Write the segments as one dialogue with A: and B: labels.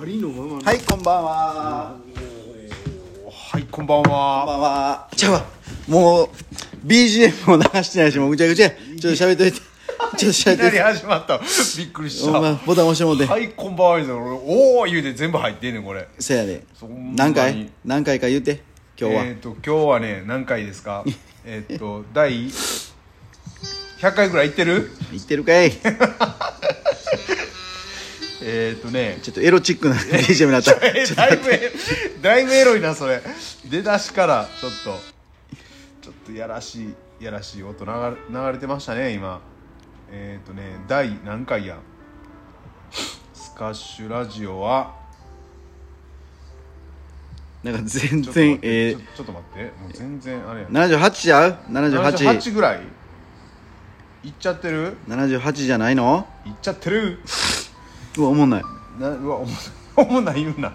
A: ありのままの
B: はいこんばんは
C: はいこんばん
B: こんば
C: は
B: んはじゃあもう BGM も流してないしもうぐちゃぐちゃやちょっと喋っといてちょっと喋
C: いき
B: っ
C: な
B: と
C: いり
B: て
C: 始まった びっくりし
B: お
C: た
B: 前
C: は
B: ボタン押してもうて、
C: いこんばんは言うて俺おお言うて全部入ってんねんこれ
B: せやで
C: そんな
B: 何
C: に
B: 回何回か言うて今日は、
C: えっ、と今日はね何回です かえっと第100回ぐらい行ってる
B: 言ってる かいち
C: えっ、とね
B: ょっとエロチックな BGM になった
C: えーだいぶエロだいぶエロいなそれ出だしからちょっとちょっとやらしいやらしい音流れ流れてましたね今えっ、とね第何回やスカッシュラジオは
B: なんか全
C: ちょっと待
B: 然
C: って
B: え
C: ちょちょっと待ってもう全然あれや
B: ー、78ちゃう7878
C: 78ぐらいいっちゃってる
B: じゃないの
C: いっちゃってる
B: うわ思んない
C: なうわ おもおもんない言うな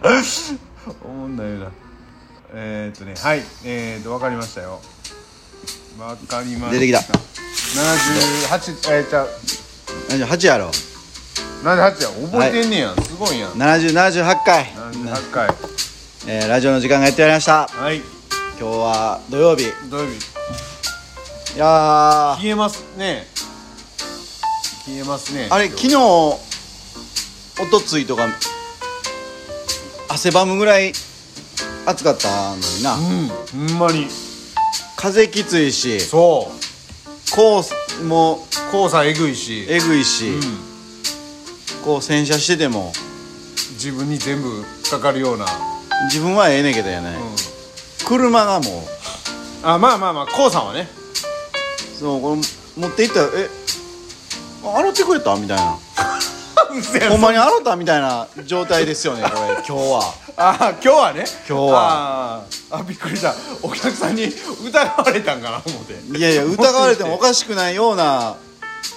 C: おもんない言うなえー、っとねはいえー、っとわかりましたよわかりました
B: 出てきた
C: 78えー、じゃあ
B: 78やろ
C: 78や覚えてんねや、すごいやん
B: 7078回、
C: 78回
B: えーラジオの時間がやってまいりました
C: はい
B: 今日は土曜日い
C: 土曜日
B: やー
C: 消えますね消えますね
B: あれ昨日おとついとか汗ばむぐらい暑かったのにな、
C: うんほんまに
B: 風きついし
C: そう
B: こうもう
C: 黄砂えぐいし
B: えぐいし、
C: うん、
B: こう洗車してても
C: 自分に全部かかるような、
B: 自分はええねんけどやね、
C: うん、
B: 車がも
C: あまあまあまあ黄砂はね
B: うそうこの持って行ったら「えあ洗ってくれた?」みたいな「ほんまに洗った?」みたいな状態ですよねこれ 今日は
C: あ今日はね
B: 今日は
C: あーあびっくりしたお客さんに疑われたんかな思って
B: いやいや疑われてもおかしくないような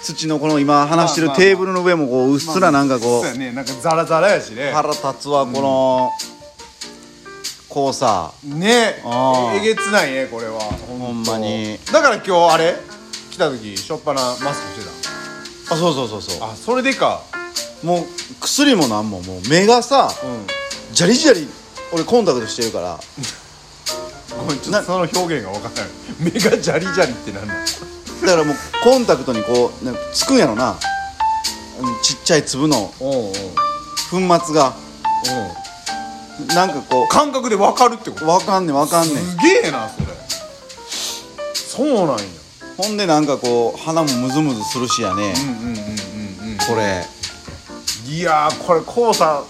B: 土のこの今話してる
C: まあまあまあ
B: テーブルの上もこううっすらなんか
C: そ
B: こ
C: うや
B: う
C: ねなんかザラザラやしね
B: 腹立つわこのこうさ
C: ね
B: あー
C: えげつないねこれはほ
B: ほん
C: と
B: まに
C: だから今日あれ来た時しょっぱなマスクして
B: あそうそうそうそ
C: たあそれでか
B: うもう薬もなんももう目がさ
C: うん
B: ジャリジャリ俺コンタクトしてるから
C: ごめんちょっ
B: な
C: とその表現が分からない目がジャリジャリってなんだ
B: だからもうコンタクトにこうなんかつくんやろなうんちっちゃい粒の
C: おうんうんうん
B: 粉末がなんかこ
C: 感覚で分かるってこと
B: うわかんねんわかんねん
C: すげえなそれそうなんや
B: ほんでなんかこう鼻もムズムズするしやね
C: うんうんうんうんうん
B: これ
C: いやーこれ黄砂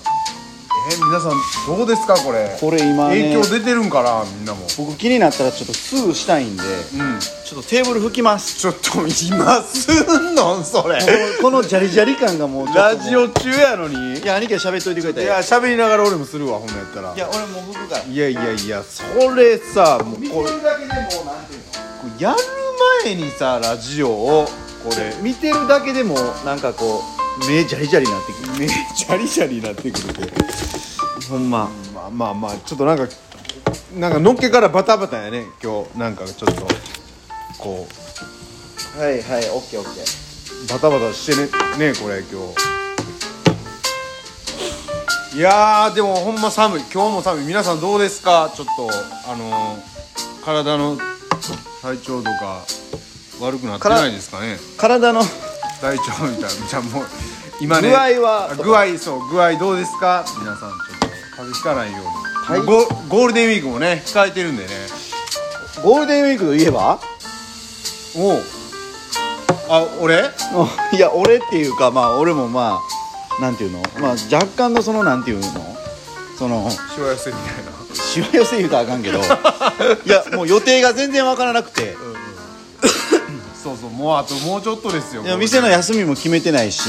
C: えー、皆さんどうですかこれ
B: これ今ね
C: 影響出てるんかなみんなも
B: 僕気になったらちょっとすぐしたいん
C: う
B: で
C: ん
B: ちょっとテーブル拭きます
C: ちょっと今すんのんそれ
B: もうこのジャリジャリ感がもうちょっともう
C: ラジオ中やのにい
B: いや兄貴は喋っといてくれた
C: や喋りながら俺もするわほんなんやったら
B: いや俺もう拭くから
C: いやいやいやそれさもうこれ
B: だけでもうなんていう
C: こうやる前にさラジオをこれ
B: の見てるだけでもなんかこう目ジャリジャリになってくる
C: めっちゃリシャリになってくるけど
B: ほんま
C: まあまあまあちょっとなんかなんかのっけからバタバタやね今日なんかちょっとこう
B: はいはいオッケーオッケー
C: バタバタしてねねこれ今日いやーでもほんま寒い今日も寒い皆さんどうですかちょっとあのー、体の体調とか悪くなってないですかね
B: 体の
C: 体調みたいなじゃあもう今ね
B: 具合は
C: あ具合そう具合どうですか皆さんちょっと風邪ひかないよう
B: 体
C: にゴゴールデンウィークもね控えてるんでね
B: ゴールデンウィークといえば
C: おうあ俺
B: いや俺っていうかまあ俺もまあなんていうのまあ若干のそのなんていうのその
C: しわ寄せみたいな
B: しわ寄せ言うたらあかん けどいやもう予定が全然わからなくて
C: そうそうもうあともうちょっとですよ
B: いや店の
C: や
B: 休みも決めてないし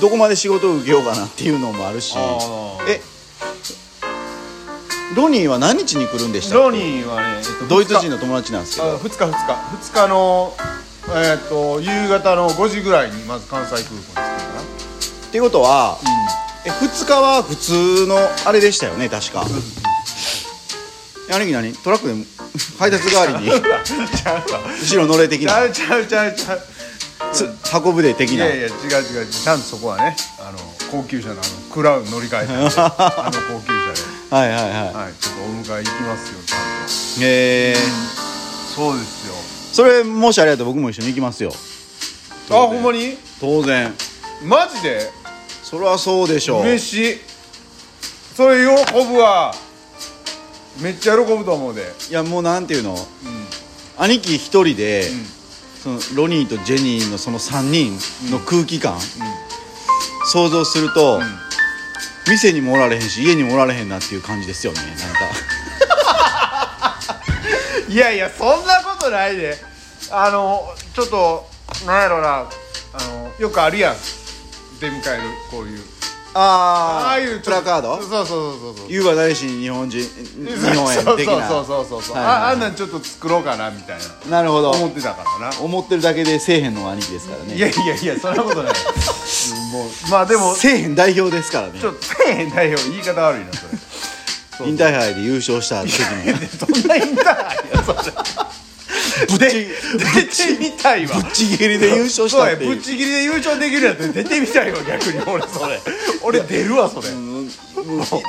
B: どこまで仕事を受けようかなっていうのもあるし
C: あー
B: えロニーは何日に来るんでした
C: ロニーはね、えっと
B: ドイツ人の友達なんですけど
C: 2日2日2日のえっと夕方の5時ぐらいにまず関西空港に着くか
B: っていうことは、え2日は普通のあれでしたよね確か兄貴何トラックで 配達代わり に
C: なちゃうわ
B: 後ろ乗れ的
C: ちゃ
B: な
C: うちゃうちゃうちゃう
B: つ運ぶで的
C: い
B: な
C: やいや違う違う違うちゃんとそこはねあの高級車のあのクラウン乗り換えた んであの高級車で、
B: はいはいは
C: はい、ちょっとお迎え行きますよちゃん
B: いへえ
C: とそうです
B: それもしあれやったら僕も一緒に行きますよ
C: よあほんまに
B: 当然
C: マジで
B: そりゃそうでしょう
C: 嬉しいそれ喜ぶわめっちゃ喜ぶと思うで
B: いやもうなんていうの
C: うん
B: 兄貴一人で、
C: ん
B: そのロニーとジェニーのその3人の空気感、想像すると、店にもおられへんし家にもおられへんなっていう感じですよねなんか
C: いやいやそんなことないであのちょっとなんやろなあのよくあるやん出迎えるこういう
B: あ
C: ああいう
B: プラカード
C: そうそうそうそうそう
B: 言うは誰しに日本人日本円的 な
C: そうそうそうそうそう、
B: はいはいはい
C: ああんなんちょっと作ろうかなみたいな
B: なるほど
C: 思ってたからな
B: 思ってるだけでせえへんのは兄貴ですから
C: い
B: ね
C: やいやいやそんなことないうん もうまあでも
B: せえへん代表ですからね
C: ちょっとせえへん代表言い方悪いなそれ
B: インターハイで優勝した時
C: いや
B: の
C: そんなインターハイやそれ
B: ぶっち
C: 出てみたいわ
B: ぶっちぎりで優勝した
C: そうや
B: って
C: ぶ
B: い
C: っ
B: う
C: ちぎりで優勝できるやつ出てみたいわ逆に俺それ俺出るわそれ
B: もう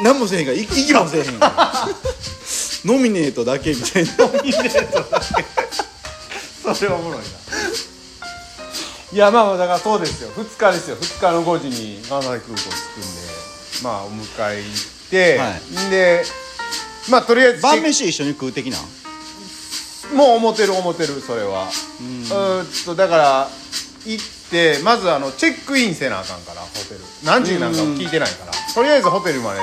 B: 何もせえへんからい行きもせえへんからノミネートだけみたいな
C: それはおもろいないやまあまあだからそうですよ2日ですよ2日の5時に長崎空港着くんでまあお迎え行って、
B: は
C: んでまあとりあえず
B: 晩飯一緒に食う的な
C: もう思ってる思ってるそれはうーんとだから行ってまずあのチェックインせなあかんからホテル何時なんか聞いてないからとりあえずホテルまで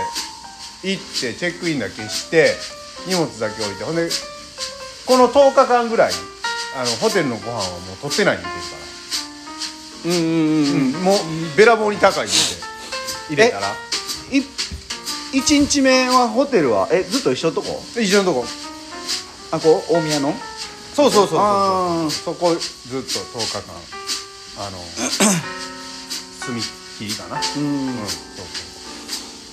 C: 行ってチェックインだけして荷物だけ置いてほんでこの10日間ぐらいあのホテルのご飯はもう取ってないんですから
B: うんうんうん
C: もうべらぼうに高い店入れたら
B: 1日目はホテルはえずっと一緒のとこ
C: 一緒のとこ
B: あこう大宮の
C: そうそうそう
B: あ
C: そ
B: ー
C: うそこずっと10日間あ の住みっきりかな
B: う
C: うん
B: ん
C: そう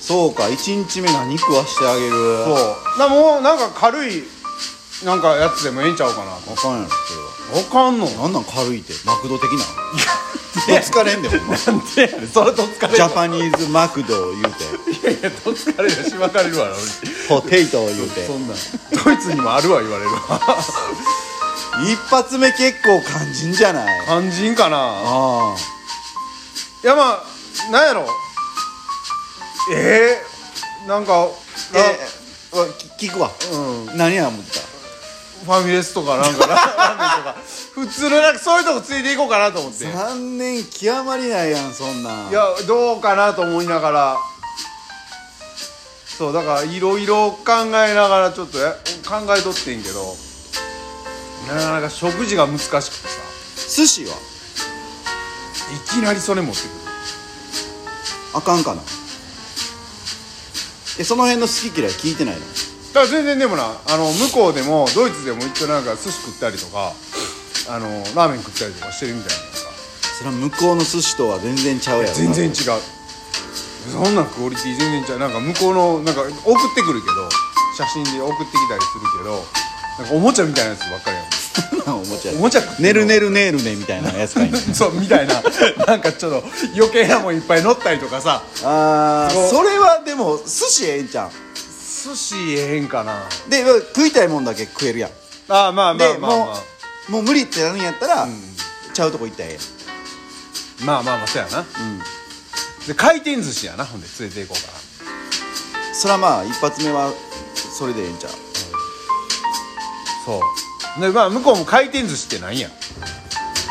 B: そうか1日目何食わしてあげる
C: そうそうだもうなんか軽いなんかやつでもええんちゃうかな
B: あかんやろそれは
C: 分かんの
B: なんなん軽いってマクド的などつかれんでほんま
C: それと疲
B: ジャパニーズマクド言うて
C: いやいやと疲れるしばかれるわな俺
B: ポテイト言うて
C: そんなんドイツにもあるわ言われるわ
B: 一発目結構肝心じゃない
C: 肝心かな
B: ああ
C: いやまあなんやろえー、なんかな
B: えわき聞くわ
C: うん
B: 何や思って
C: ファミレスとかなんかララーメンとか普通のなんかそういうとこついていこうかなと思って
B: た
C: い
B: 残念極まりないやんそんなん
C: やどうかなと思いながらそうだからいろいろ考えながらちょっとや考えとってんけどなかなか食事が難しくてさ
B: 寿司はい
C: きなりそれ持ってくる
B: あかんかなえその辺の好き嫌い聞いてないの
C: だから全然でもなあの向こうでもドイツでも一応なんか寿司食ったりとかあのラーメン食ったりとかしてるみたいなのさ
B: それは向こうの寿司とは全然ちゃうやろ
C: 全然違うそんなクオリティ全然違うなんか向こうのなんか送ってくるけど写真で送ってきたりするけどなんかおもちゃみたいなやつばっかりやも
B: うおもちゃ
C: んおもちゃ食ってんの
B: ねるねるねるねみたいなや つかいな
C: そうみたいななんかちょっと余計なもんいっぱい乗ったりとかさ
B: あー
C: そう
B: それはでも寿司ええんちゃん
C: 寿司ええんかな
B: で食いたいもんだけ食えるやん
C: ああまあまあ
B: で
C: まあま
B: もうもう無理ってなるんやったらちゃうとこ行ったらええ
C: あまあまあまあそうやな、
B: ん
C: で回転寿司やなほんで連れて行こうか
B: やんそらまあ一発目はそれでええんちゃう
C: なそうでまあ向こうも回転寿司ってなんや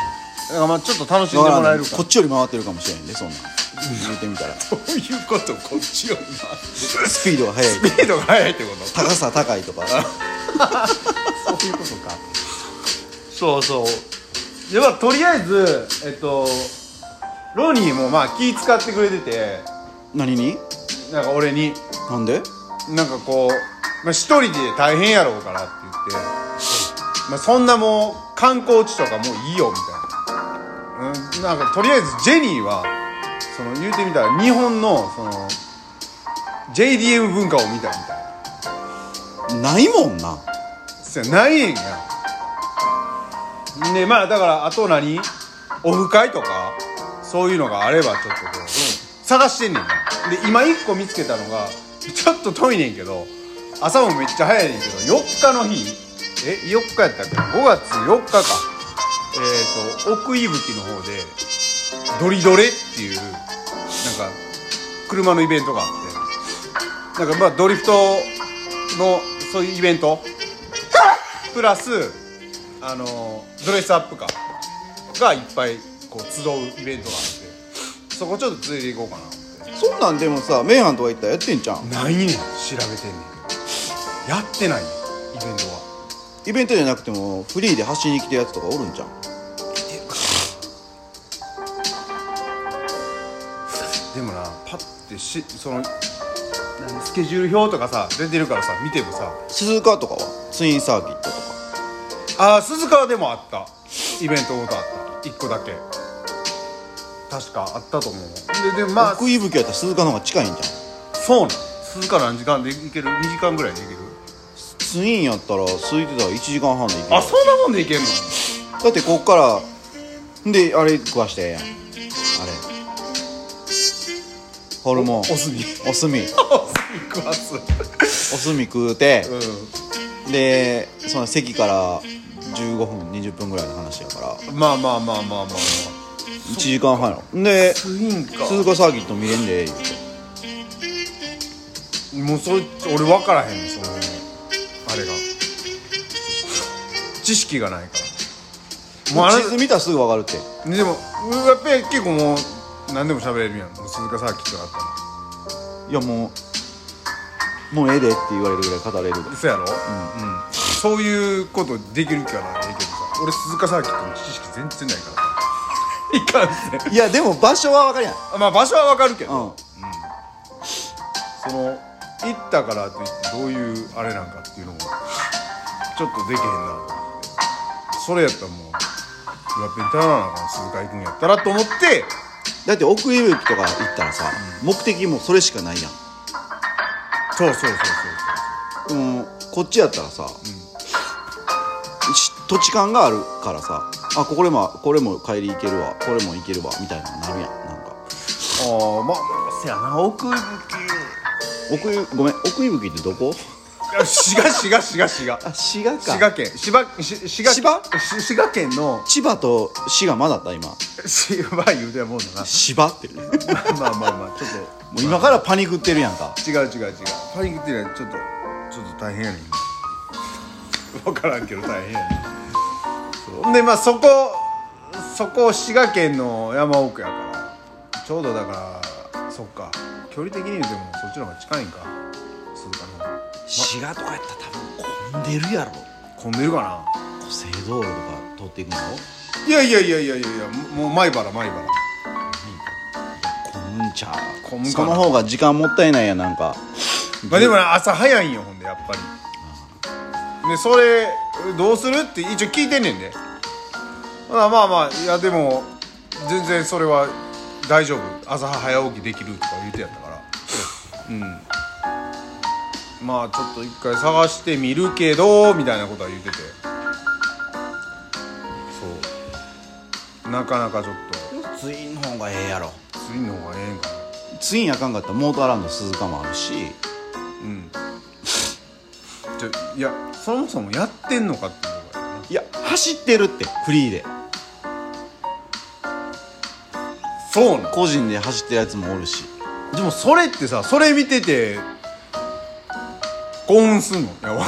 C: だからまあちょっと楽しんでもらえるか
B: こっちより回ってるかもしれんねそんなん見てみたら
C: どういうことこっちよりな
B: スピードが速い
C: スピードが速いってこと
B: 高さ高いとか
C: そういうことかそうそうでまあとりあえずえっとロニーもまあ気使ってくれてて
B: 何に
C: なんか俺に
B: なんで
C: なんかこう、まあ、一人で大変やろうからって言って、まあ、そんなもう観光地とかもういいよみたいな、うん、なんかとりあえずジェニーはその言うてみたら日本のその JDM 文化を見たみたいな
B: ないもんな
C: そやないんやでまあだからあと何オフ会とかそういうのがあればちょっとこう、探してんねんなで今一個見つけたのがちょっと遠いねんけど朝もめっちゃ早いねんけど4日の日え4日やったっけ5月4日かえっ、ー、と奥伊吹の方でドリドレっていうなんか車のイベントがあってなんかまあドリフトのそういうイベントプラスあのドレスアップかがいっぱいこう集うイベントがあってそこちょっとついでいこうかな
B: そんなんでもさメーハンとか言ったらやってんじゃん
C: ないねん調べてんねんけどやってないねんイベントは
B: イベントじゃなくてもフリーで走りに来てるやつとかおるんじゃん
C: でもなパッてしその何スケジュール表とかさ出てるからさ見てもさ
B: 鈴鹿とかはツインサーキットとか
C: ああ鈴川でもあったイベントごとあった1個だけ確かあったと思うででまあ
B: 奥伊吹やったら鈴鹿の方が近いんじゃん
C: そうなん鈴川何時間で行ける2時間ぐらいで行ける
B: ツインやったら空いてたら1時間半で行ける
C: あそんなもんで行けんの
B: だってこっからであれ食わしてええやんあれホルモン
C: おす み
B: おすみ
C: おすみ食わす
B: おすみ食うて
C: うん
B: でその席から15分20分ぐらいの話やから
C: まあまあまあまあまあまあ
B: 1時間半やろで
C: ツインか
B: 鈴鹿サーキット見れんで言うて
C: もうそれ俺分からへんねんそのあれが知識がないからもうあ
B: 地図見たらすぐ分かるって
C: れでもうやっぱり結構もう何でも喋れるやんもう鈴鹿サーキットがあったら
B: いやもうもうええでって言われるぐらい語れる
C: そうやろ、うんそういうことできる気はないけどさ俺鈴鹿サーキットの知識全然ない からいかんせん
B: いやでも場所は分かるやん
C: まあ場所はわかるけど、
B: うん
C: その行ったからといってどういうあれなんかっていうのもちょっとできへんなと思ってそれやったらもうフラペンターナの鈴鹿行くんやったらと思って
B: だって奥伊吹とか行ったらさ、目的もそれしかないやん
C: そうそうそうそう
B: でもこっちやったらさ、し土地勘があるからさあこれもこれも帰り行けるわこれも行けるわみたいなのなるやんなんか
C: そうああまあせやな奥行き
B: 奥ゆごめん奥伊吹ってどこ
C: 滋賀滋賀滋賀滋賀
B: あ滋賀か
C: 滋賀県滋賀し滋賀
B: 芝
C: し滋賀県の
B: 千葉と滋賀まだった今
C: 滋賀言うてやもんだな
B: 芝ってるもう
C: まあまあまあちょっとも
B: 今からパニックってるやんか
C: 違う違う違うパニックっていうのはちょっとちょっと大変やねん分からんけど大変やねんそうでまあそこそこ滋賀県の山奥やからちょうどだからそっか距離的に言うてもそっちの方が近いんかするかな
B: 滋賀とかやったら多分混んでるやろ
C: 混んでるか
B: 古生道路とか通っていくの
C: ないやいやいやいやいやいやもう米原米原
B: 混むんちゃう
C: 混むかな
B: その方が時間もったいないやんなんか
C: まあでもな朝早いんよほんでやっぱりでそれどうするって一応聞いてんねんでまあまあまあいやでも全然それは大丈夫朝早起きできるとか言うてやったからうんまあちょっと一回探してみるけどみたいなことは言うててそうなかなかちょっ
B: ツインの方がええやろ
C: と次の方がええんかな
B: ツインあかんかったらモーターランド鈴鹿もあるし
C: うんちょいやそもそもやってんのかっていうのがね
B: いや走ってるってフリーで
C: そうなの
B: 個人で走ってるやつもおるし
C: でもそれってさそれ見てて興奮すんのいや分か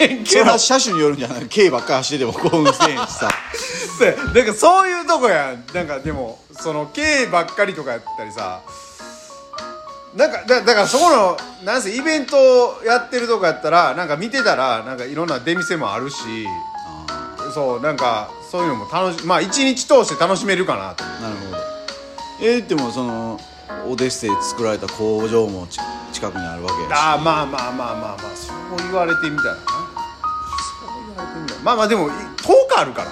C: らへん
B: そ
C: け
B: れ
C: ど
B: は車種によるんじゃない軽ばっかり走ってても興奮せんし さ
C: なんかそういうとこやんなんかでもその経営ばっかりとかやったりさなんかだだからそこのなんせイベントやってるとこやったらなんか見てたらなんかいろんな出店もあるし
B: あ
C: そうなんかそういうのも楽しまあ一日通して楽しめるかなと
B: ーなるほどえー、でもそのオデッセイ作られた工場もち近くにあるわけやし
C: ああまあまあまあまあまあそう言われてみたらなそう言われてみたらまあまあでもい10日あるから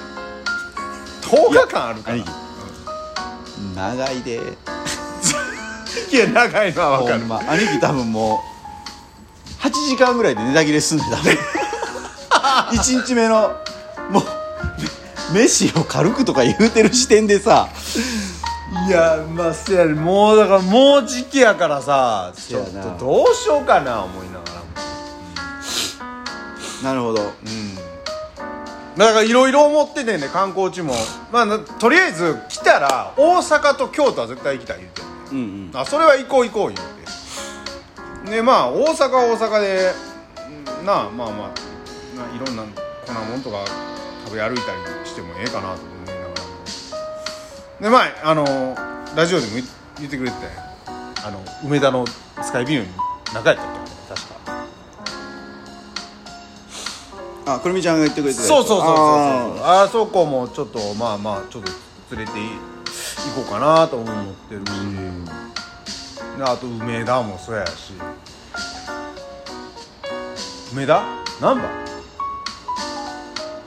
C: 10日間あるから
B: いや長いで
C: いや長いのは分か
B: ほ
C: る
B: んま兄貴多分もう8時間ぐらいでネタ切れすんねん多分1日目のもう飯を軽くとか言うてる時点でさ
C: いやまあせやねもうだからもう時期やからさち
B: せ
C: ょ
B: や
C: っ
B: な
C: とどうしようかな思いながらも
B: なるほど
C: うんだからいろいろ思っててんね観光地もまあなとりあえず来たら大阪と京都は絶対行きたい言うてんね
B: うんうん
C: あそれは行こう行こう言うてでまあ大阪は大阪でうんなあまあまあないろんな粉もんとか食べ歩いたりしてもええかなと思いながらもでまああのラジオでも言言ってくれてたやんあの梅田のスカイビューに中やったっけ確か
B: あくるみちゃんが言ってくれてたやつ
C: そうそうそうそうそう
B: あー
C: ああそこもちょっとまあまあちょっと連れてい行こうかなとも思ってるし、
B: ん
C: であと梅田もそうやし梅田難波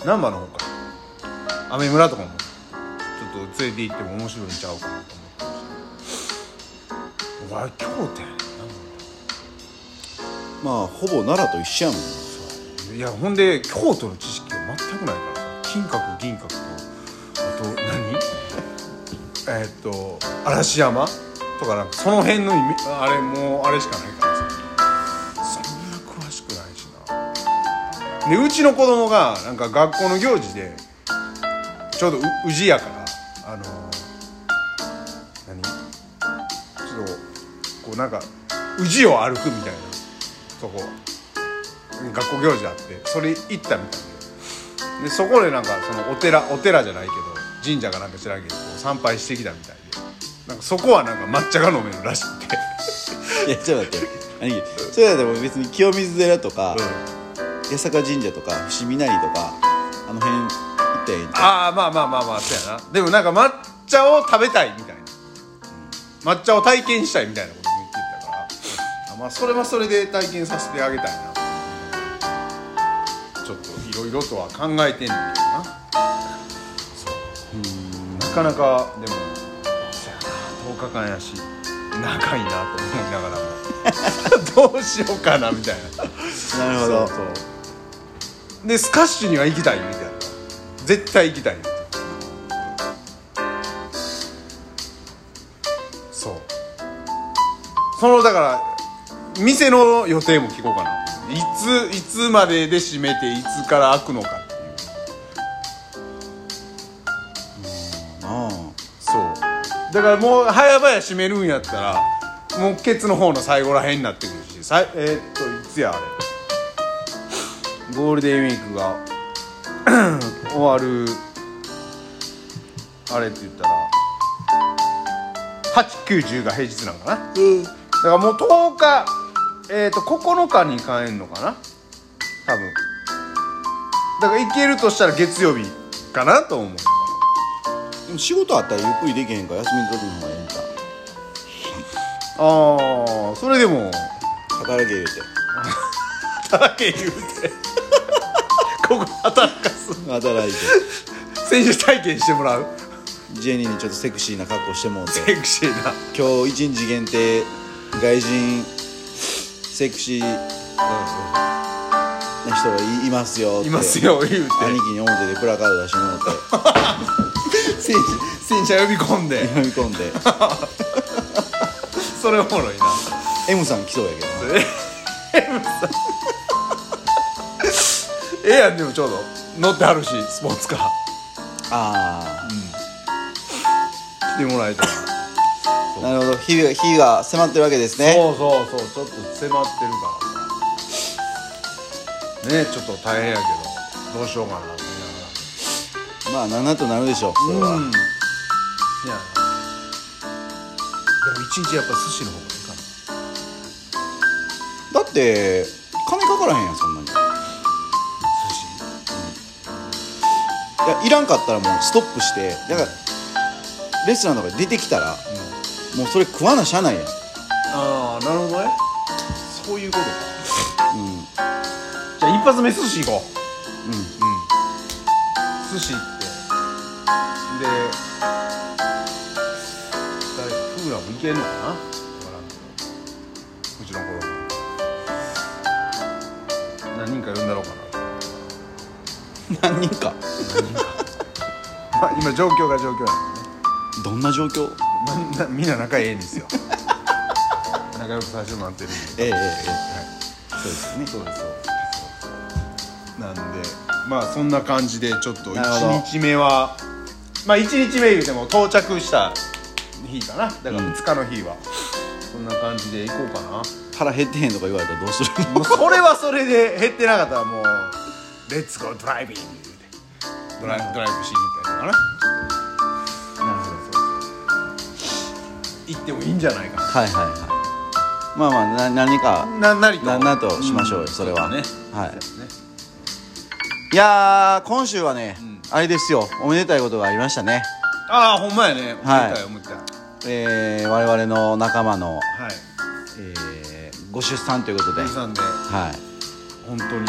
C: 難波の方かアメ村とかもちょっと連れて行っても面白いんちゃうかなと思ってるし俺京都やねんな
B: まあほぼ奈良と一緒やもん
C: いやほんで京都の知識が全くないから金閣銀閣とあと何えーっと嵐山とかなんかその辺のイメあれもうあれしかないからさそんな詳しくないしなでうちの子供がなんか学校の行事でちょうどう宇治やからあの何ちょっとこうなんか宇治を歩くみたいなとこ学校行事あってそれ行ったみたいででそこでなんかそのお寺お寺じゃないけど神社かなんか知らんけどこう参拝してきたみたいでなんかそこはなんか抹茶が飲めるらしくて、
B: いやちょっと待って兄貴それはでも別に清水寺とか、八坂神社とか伏見稲荷とかあの辺行ったらええんちゃ
C: ああまあまあまあまあそうやなでもなんか抹茶を食べたいみたいな抹茶を体験したいみたいなことも言ってたからあまあそれはそれで体験させてあげたいなちょっといろいろとは考えてんねんけどなそうなかなかでもそうやな10日間やし長いなと思いながらもどうしようかなみたいな
B: うなるほど
C: そうそうでスカッシュには行きたいみたいな絶対行きたい言うてそうそのだから店の予定も聞こうかないついつまでで閉めていつから開くのかっていう
B: あ
C: そうだからもう早々閉めるんやったらもうケツの方の最後らへんになってくるしさいえーっといつやあれゴールデンウィークが 終わるあれって言ったら890が平日なんかな
B: あうん
C: だからもう10日えっ、と9日に帰んのかな多分だから行けるとしたら月曜日かなと思う
B: でも仕事あったらゆっくりできへんから休みの時の方がええんちゃう
C: ああそれでも
B: 働け言うて
C: 働け言うてここ働かす
B: 働いて
C: 選手体験してもらう
B: ジェニーにちょっとセクシーな格好して もうて
C: セクシーな
B: 今日一日限定外人セクシーな人がいいますよって
C: いますよ言うて
B: 兄貴に表でプラカード出してもうて
C: 戦戦車呼び込んで
B: 読み込んで
C: それおもろいな
B: M さん来そうやけどな
C: ええやんでもちょうど乗ってはるしスポーツカー
B: あ
C: 来てもらえたら
B: あなるほど日が日が迫ってるわけですね
C: そうそうそうちょっと迫ってるからねちょっと大変やけどどうしようかなと思い
B: まあ7となるでしょうそれ
C: なが
B: は
C: らうんいやでも一日やっぱ寿司の方がいいかな
B: だって金かからへんやんそんなにい
C: 寿
B: やいらんかったらもうストップしてだからレストランとか出てきたら
C: 司、うん、
B: もうそれ食わなしゃあないやん
C: ああなるほどねそういうことか
B: うん
C: じゃあ一発目寿司行こ
B: うん
C: ううん寿司行ってで誰クーラーもいけんのかなわからんけどうちの子供何人か呼んだろうかな
B: 何人か
C: 何人かまあ、今状況が状況なんでね
B: どんな状況
C: みんなみんな仲ええんですよ仲良く最初になってるんで
B: えええええ
C: はい、そうです
B: ね
C: そうですそうですなんでまあそんな感じでちょっと
B: なるほど
C: 1日目はまあ1日目言うても到着した日かなだから
B: うん
C: 2日の日は、そんな感じで行こうかな
B: 腹減ってへんとか言われたらどうする
C: もうそれはそれで減ってなかったらもう「レッツゴードライビング」ドライブドライブしに行ったりとかな
B: なるほど
C: 行ってもいいんじゃないかな
B: はいはいはいまあまあな何か
C: ななりと
B: なんなとしましょうよ、
C: ん
B: それは
C: ね
B: は
C: そうですね
B: いいやー今週はね、
C: ん
B: あれですよおめでたいことがありましたね
C: ああほんまやね思ったよ、
B: はい
C: 思ったよは
B: えー、我々の仲間の、
C: い
B: えーご出産ということで、
C: 皆さんで
B: はい、
C: 本当に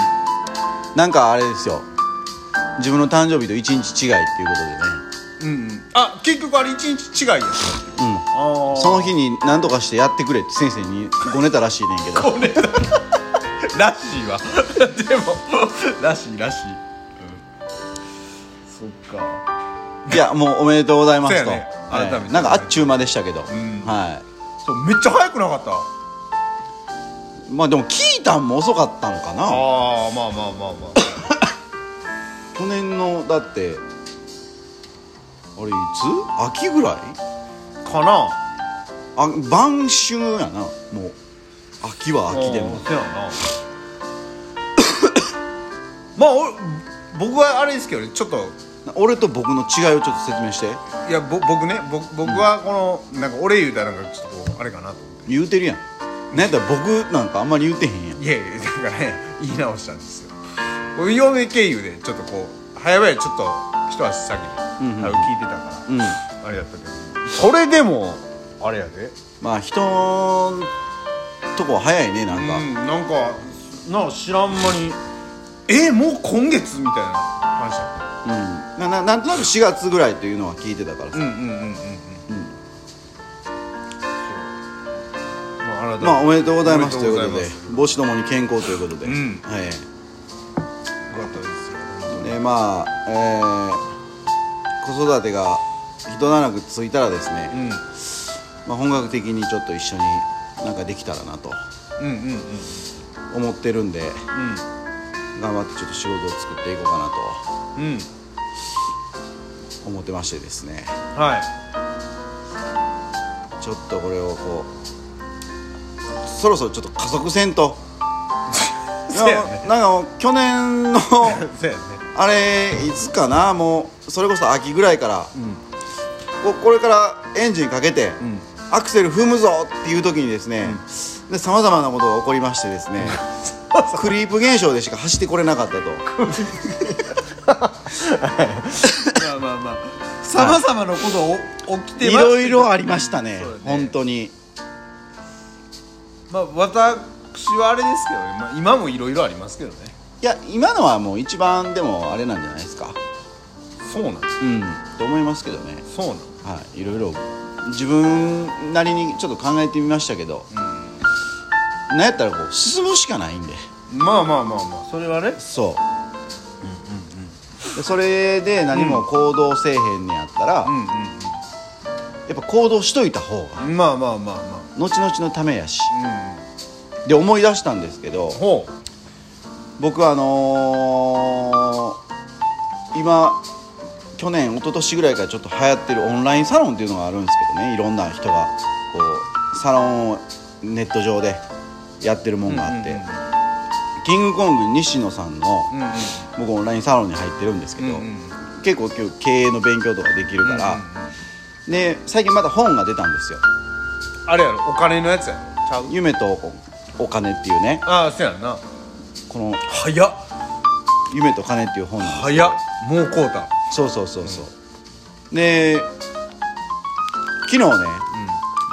B: なんかあれですよ自分の誕生日と一日違いっていうことでね、
C: うんうんあ結局あれ一日違いやった
B: うん、
C: あ
B: その日に何とかしてやってくれって先生にごねたらしいね んけど
C: これだらしいわ でもらしいらしい、うん、そっか
B: いやもうおめでとうございますと、
C: そうやね
B: はい
C: 改めて
B: なんかあっちゅう間でしたけど、
C: ん
B: は
C: そうめっちゃ早くなかった
B: いまあでも聞いたんも遅かったのかな
C: ああまあまあまあまあ
B: 去年のだってあれいつ秋ぐらい
C: かな
B: あ晩秋やなもう秋は秋で
C: う
B: も
C: んせやな まあお僕はあれですけどねちょっと
B: 俺と僕の違いをちょっと説明して
C: いやぼ僕ねぼ僕はこの、なんか俺言うたらなんかちょっとこうあれかなと思っ
B: 言うてるやんなんやったら僕なんかあんまり言うてへんやん
C: ていやいやだからね言い直したんですよ僕嫁経由でちょっとこう早々ちょっと一足先に、
B: うんうん
C: 多分聞いてたから、
B: うん
C: あれやったけどそれでもあれやで
B: まあ人んとこは早いねなんか、
C: うんなんかな知らん間にえもう今月みたいな話だった
B: うん、なななんとなく4月ぐらいというのは聞いてたからさ、
C: うんうんうんうんうんまあ、改めて
B: まあおめでとうございますというこ
C: お
B: と
C: め
B: で
C: でとうござい
B: 母子ともに健康ということで、
C: うん
B: はい
C: ますよかったですよ
B: でまあ、えー子育てが一段落ついたらですね、まあ、本格的にちょっと一緒になんかできたらなと
C: うんうんうんうんうん
B: 思ってるんで頑張ってちょっと仕事を作っていこうかな
C: うんうん
B: と思ってましてですね
C: はい
B: ちょっとこれをこうそろそろちょっと加速せ んと
C: そうやね
B: なんかもう去年の
C: そうやね
B: あれいつかなもうそれこそ秋ぐらいから
C: うん
B: ここれからエンジンかけて、
C: ん
B: アクセル踏むぞっていう時にですねさまざまなことが起こりましてで すねクリープ現象でしか走ってこれなかったと
C: まあまあまあさまざまなことを起きて
B: い
C: ます
B: ろいろありましたね
C: そうだね
B: 本当に
C: まあ私はあれですけどね、まあ、今もいろいろありますけどね
B: いや今のはもう一番でもあれなんじゃないですか
C: そうなん
B: うんと思いますけどね
C: そうなん
B: はいいろいろ自分なりにちょっと考えてみましたけど、なんやったらこう進むしかないんで
C: まあまあまあまあそれはね
B: そう,、でそれで何も行動せえへんねやったら、
C: うん
B: やっぱ行動しといた方が
C: うんまあまあまあま
B: 後々のためやし
C: あ
B: で思い出したんですけど
C: うんほう
B: 僕あのー今去年一昨年ぐらいからちょっと流行ってるオンラインサロンっていうのがあるんですけどねいろんな人がこうサロンをネット上でやってるもんがあって、キングコング西野さんの
C: うんうんうん
B: 僕オンラインサロンに入ってるんですけど、
C: うんうん
B: 結構今日経営の勉強とかできるから、で最近また本が出たんですよ
C: あれやろお金のやつやろちゃう
B: 「夢とお金」っていうね
C: ああそうやんな
B: この
C: 早っ
B: 「夢と金」っていう本なんです
C: 早っもうこうた
B: そうそうそうそう、で昨日ね、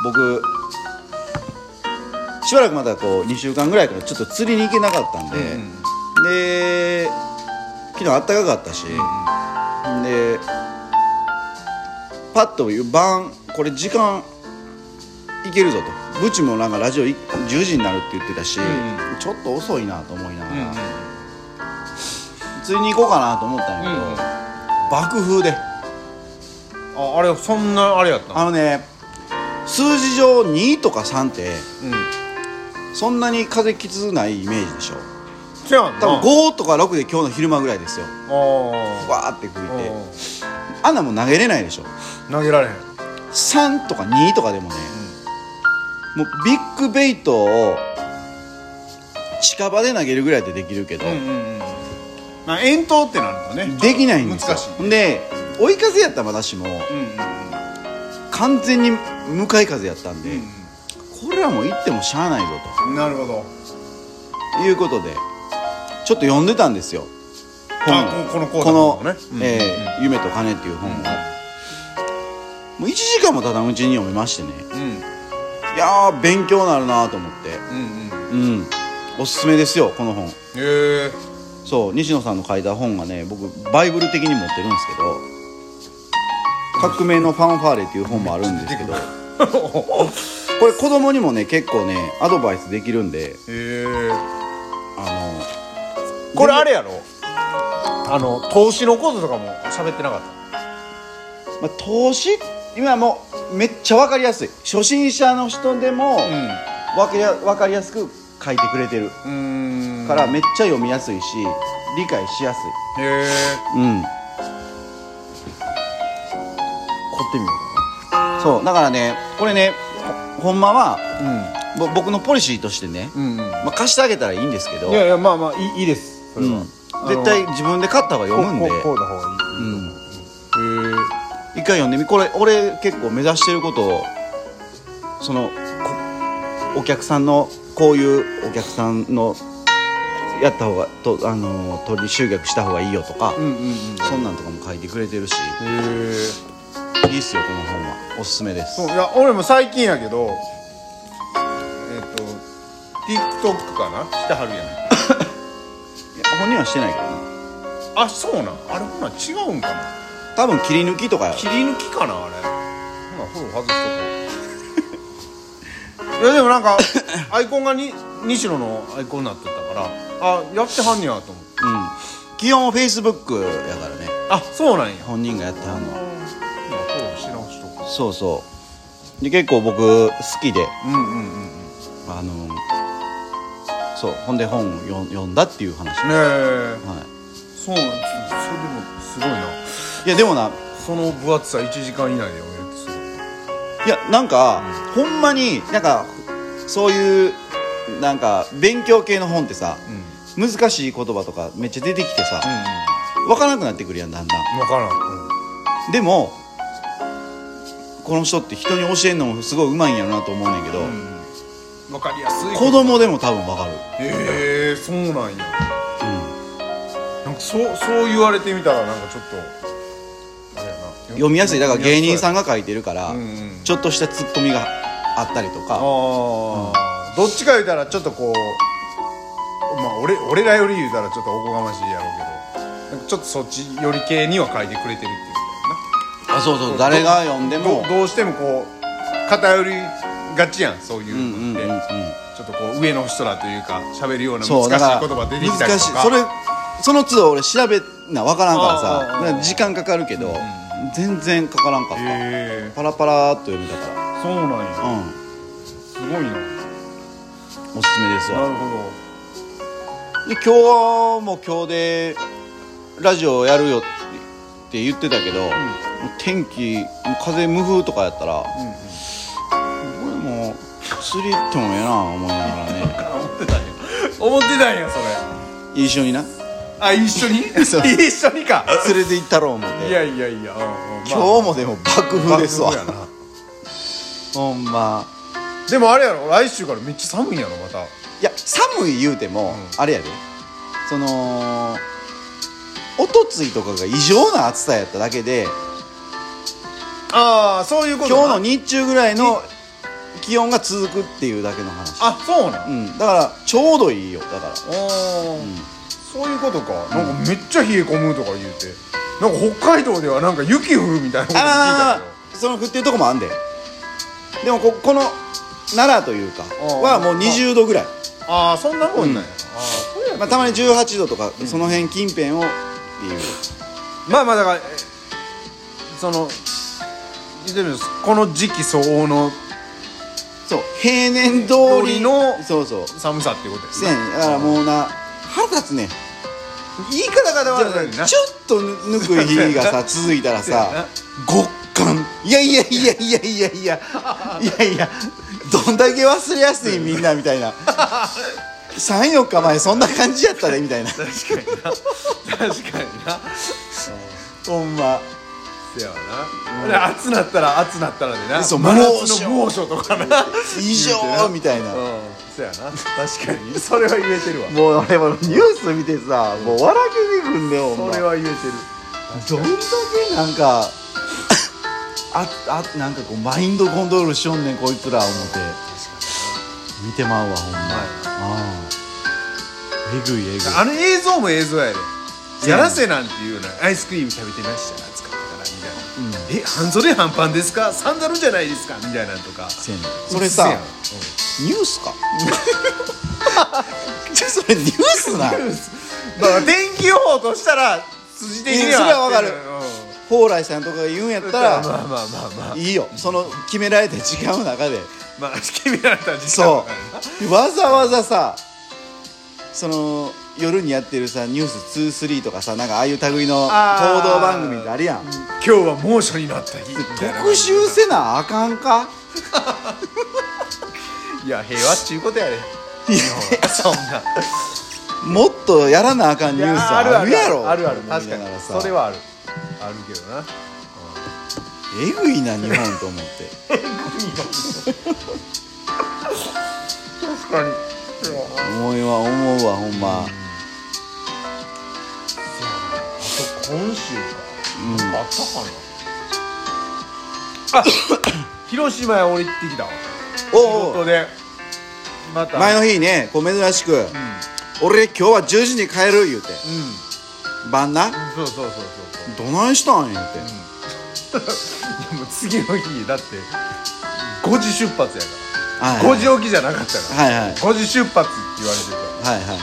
B: 僕しばらくまだこう2週間ぐらいからちょっと釣りに行けなかったんで、で昨日あったかかったし、でパッと晩これ時間いけるぞとブチもなんかラジオい10時になるって言ってたし、
C: ん
B: ちょっと遅いなと思いなが
C: うんうん
B: ら、釣りに行こうかなと思ったんやけど、爆風で
C: ああれそんなあれやった
B: あのね数字上2とか3って
C: うん
B: そんなに風きつないイメージでしょ
C: せやんな
B: 多分5とか6で今日の昼間ぐらいですよ
C: あ
B: わーって吹い
C: あ
B: てあんなもん投げれないでしょ
C: 投げられへん
B: 3とか2とかでもね、もうビッグベイトを近場で投げるぐらいでできるけど、
C: うんうんうんまあ遠投ってなるとね
B: できないんですよ
C: 難しい
B: で追い風やったらまだしも
C: うんうんうん
B: 完全に向かい風やったんで、
C: うん
B: これはもう行ってもしゃあないぞ
C: うんなるほど
B: ということでちょっと読んでたんですよ
C: あ
B: を
C: ここのコーナー
B: この
C: のねうん
B: えー夢と金」っていう本を、もう1時間もただうちに読めましてね
C: うん
B: いやー勉強になるなと思って
C: うんうん
B: うんおすすめですよこの本
C: へえ
B: そう西野さんの書いた本がね僕バイブル的に持ってるんですけど「革命のファンファーレ」っていう本もあるんですけどこれ子供にもね結構ねアドバイスできるんで
C: へえ
B: あ
C: これあれやろあの投資のこととかも喋ってなかっ
B: の、まあ、投資今もうめっちゃ分かりやすい初心者の人でも
C: た
B: 分かりや分かりやすく書いてくれてる
C: うんうん
B: から
C: へ
B: めっちゃ読みやすいし理解しやすい
C: え
B: うん凝ってみようかなそうだからねこれねほほんまはぼ僕のポリシーとしてね、
C: うんうん
B: まあ、貸してあげたらいいんですけど、
C: いやいやまあまあいいいいですそれ
B: う
C: は
B: ん、絶対自分で買った方が読むんで
C: こうこうこうの方がいい
B: うん
C: へえ
B: 一回読んでみこれ俺結構目指してることをそのこお客さんのこういうお客さんのやった方がとあの取り集客した方がいいよとか、
C: うんうんうん
B: そんなんとかも書いてくれてるし
C: へえ
B: いいっすよこの本はおすすめです
C: そういや俺も最近やけどえっ、と TikTok かなしてはるやん
B: いや本人はしてないけどな
C: あそうなんあれほな違うんかな
B: 多分切り抜きとか
C: 切り抜きかなあれほなフォロー外しとこう いやでもなん かアイコンがに西野のアイコンになってたからあやってはんねやと思って
B: うん基本フェイスブックやからね
C: あそうなんや
B: 本人がやってはんのは
C: 今フォローし直しとこ
B: そうそうで結構僕好きで
C: ううんうんうんうんね
B: あのそうほんで本を読ん読んだっていう話、は
C: え
B: い、
C: そうなんですそれでもす
B: いやでも
C: ご
B: な
C: いなその分厚さ1時間以内で読めるってすごい
B: いやなんか、ほんまになんかそういうなんか勉強系の本ってさ
C: うんうん
B: 難しい言葉とかめっちゃ出てきてさ
C: うん
B: 分からなくなってくるやんだんだん
C: 分からん、
B: でもこの人って人に教えるのもすごい上手いんやろなと思うねんけど、
C: 分かりやすい
B: 子供でも多分分かる、
C: へえー、そうなんや
B: うん
C: なんかそうそう言われてみたらなんかちょっとあれやな
B: 読みやすいだから芸人さんが書いてるから、
C: うんうん
B: ちょっとしたツッコミがあったりとか
C: あー、どっちか言うたらちょっとこうまあ俺俺らより言うたらちょっとおこがましいやろうけどなんかちょっとそっちより系には書いてくれてるっていう
B: あそうそう
C: ど
B: 誰が読んで
C: ことや
B: も
C: などどうしてもこう偏りがちやんそうい
B: うんうん
C: うの
B: うん
C: っ
B: う
C: て、
B: ん
C: ちょっとこう上の人らというか喋るような難
B: そうだか
C: し
B: ら
C: い言葉出てきたりとか
B: 難しいそれその都度俺調べな分からんから
C: あーあーあ
B: さ
C: ー
B: だから時間かかるけど
C: んうん
B: 全然かからんかった
C: へえ
B: パラパラーっと読めたか
C: そうなんや
B: らうん
C: すごいななる
B: おすすめですわ
C: ほど
B: で今日も今日でラジオやるよって言ってたけどもう天気もう風無風とかやったらこ
C: うんうん
B: れもう釣り行ってもええな思いながらね
C: 思ってたんや思ってたんやそれ
B: 一緒にな
C: あ一緒に
B: そう
C: 一緒にか
B: 連れて行ったろう思って
C: いやいやいや、うんうん
B: 今日もでも爆
C: まあ
B: 風ですわ
C: 爆風や
B: ほんま
C: なでもあれやろ来週からめっちゃ寒いんやろまた
B: いや寒い言うても、
C: ん
B: あれやでそのおとついとかが異常な暑さやっただけで
C: ああそういうこ
B: 今日の
C: の
B: 日中ぐらいの気温が続くっていうだけの話
C: あそうなん
B: うんだからちょうどいいよだから
C: おーそういうことかなんかめっちゃ冷え込むとか言うてなんか北海道ではなんか雪降るみたいなこと聞いたけ
B: あ
C: ど
B: あその降ってるとこもあんででもここの奈良というか
C: うん
B: はもう20度ぐらい、
C: ああそんなもんなんや、あー
B: うん
C: そうやった
B: まあ、たまに18度とかその辺近辺をっていう
C: まあまあだからえそのでもこの時期相応の
B: そう平年通り
C: 通りの
B: そうそう
C: 寒さっていうことです
B: せやねんだからもうな腹立つねん言い方が
C: 悪いねん
B: ちょ
C: な
B: ちょっとぬくい日が さ続いたらさ極寒いやいやいやいやいやいやいやいやどんだけ忘れやすいみんなみたいな34日前そんな感じやったでみたいな
C: 確かにな確かにな
B: ほんま
C: せやわな、で暑なったら暑なったらでな
B: そう
C: 真夏の
B: 猛
C: 猛暑とかな
B: 以上みたいな
C: うんせやな確かにそれは言えてるわ
B: もう俺もニュース見てさもう笑けてくんだよほんま
C: それは言えてる
B: どんだけなんかああなんかこうマインドコントロールしよんねんこいつら思って見てまうわほんま、ああえぐいえぐい
C: あの映像も映像や
B: せ
C: で
B: や
C: や
B: な
C: らせなんていうのはアイスクリーム食べてました暑かったからみたいな、え半袖半パンですかサンダルじゃないですかみたいなのとか
B: せやねんそれさ
C: うっ
B: ニュースか ちょそれニュースな
C: せやんうんニュースだから天気予報としたら筋的に
B: いやそれはわかる
C: うん
B: 蓬莱さんとかが言うんやった
C: まあ
B: ら
C: まあまあまあまあ
B: いいよその決められた時間の中で
C: まあ君らたち
B: そうわざわざさその夜にやってるさ「ニュース23」とかさなんかああいう類の
C: あー
B: 報道番組ってあるやん
C: 今日は猛暑になった日みたいな
B: 特集せなあかんか
C: いや平和っちゅうことや で日本はそんな
B: もっとやらなあかん
C: い
B: ニュ
C: や
B: ースあるやろ
C: あるある
B: 思いな
C: 確か
B: がら
C: に
B: さ
C: それはあるあるけどな
B: えぐいな日本と思って
C: 確かに
B: 思いは思うわほん
C: あ
B: ま
C: と今週か、
B: ん
C: なんかあったかなあ広島へ降りてきたわ仕
B: おうお
C: 事
B: う
C: でまた
B: 前の日ねこう珍しく「俺今日は10時に帰る」言うて
C: うん、うん、
B: 晩な
C: そうそうそうそうそう
B: どないしたん言うて
C: いやもう次の日だって5時出発やか
B: はい
C: ら
B: はい
C: 5時起きじゃなかったから、
B: はいはい
C: 5時出発って言われてるから
B: はいはい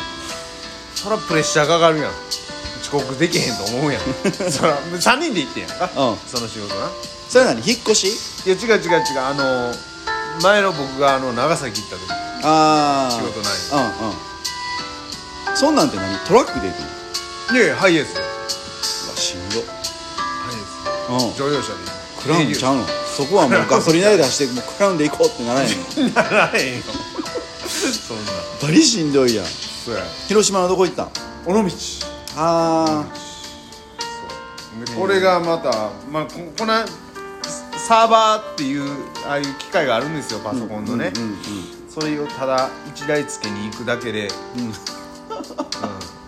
C: そらプレッシャーかかるやん遅刻できへんと思うや んそら3人で行ってんやんか、
B: うん
C: その仕事な
B: それなに引っ越し
C: いや違う違う違うあの前の僕があの長崎行った時
B: ああ
C: 仕事ない
B: うんうんそんなんて何トラックで行くの
C: いやいやハイエース
B: うわしんど
C: ハイエー
B: うん
C: ス乗用車で
B: クラウンちゃうのそこはもう ガソリン代出してもうクラウンで行こうってならへんの
C: うならへんよそんな
B: バリしんどいやん
C: そうや
B: 広島のどこ行ったん
C: 尾道
B: あ
C: これがまた、まあ、ここのサーバーっていうああいう機械があるんですよパソコンのね、
B: うんうん
C: それをただ1台つけに行くだけで、うん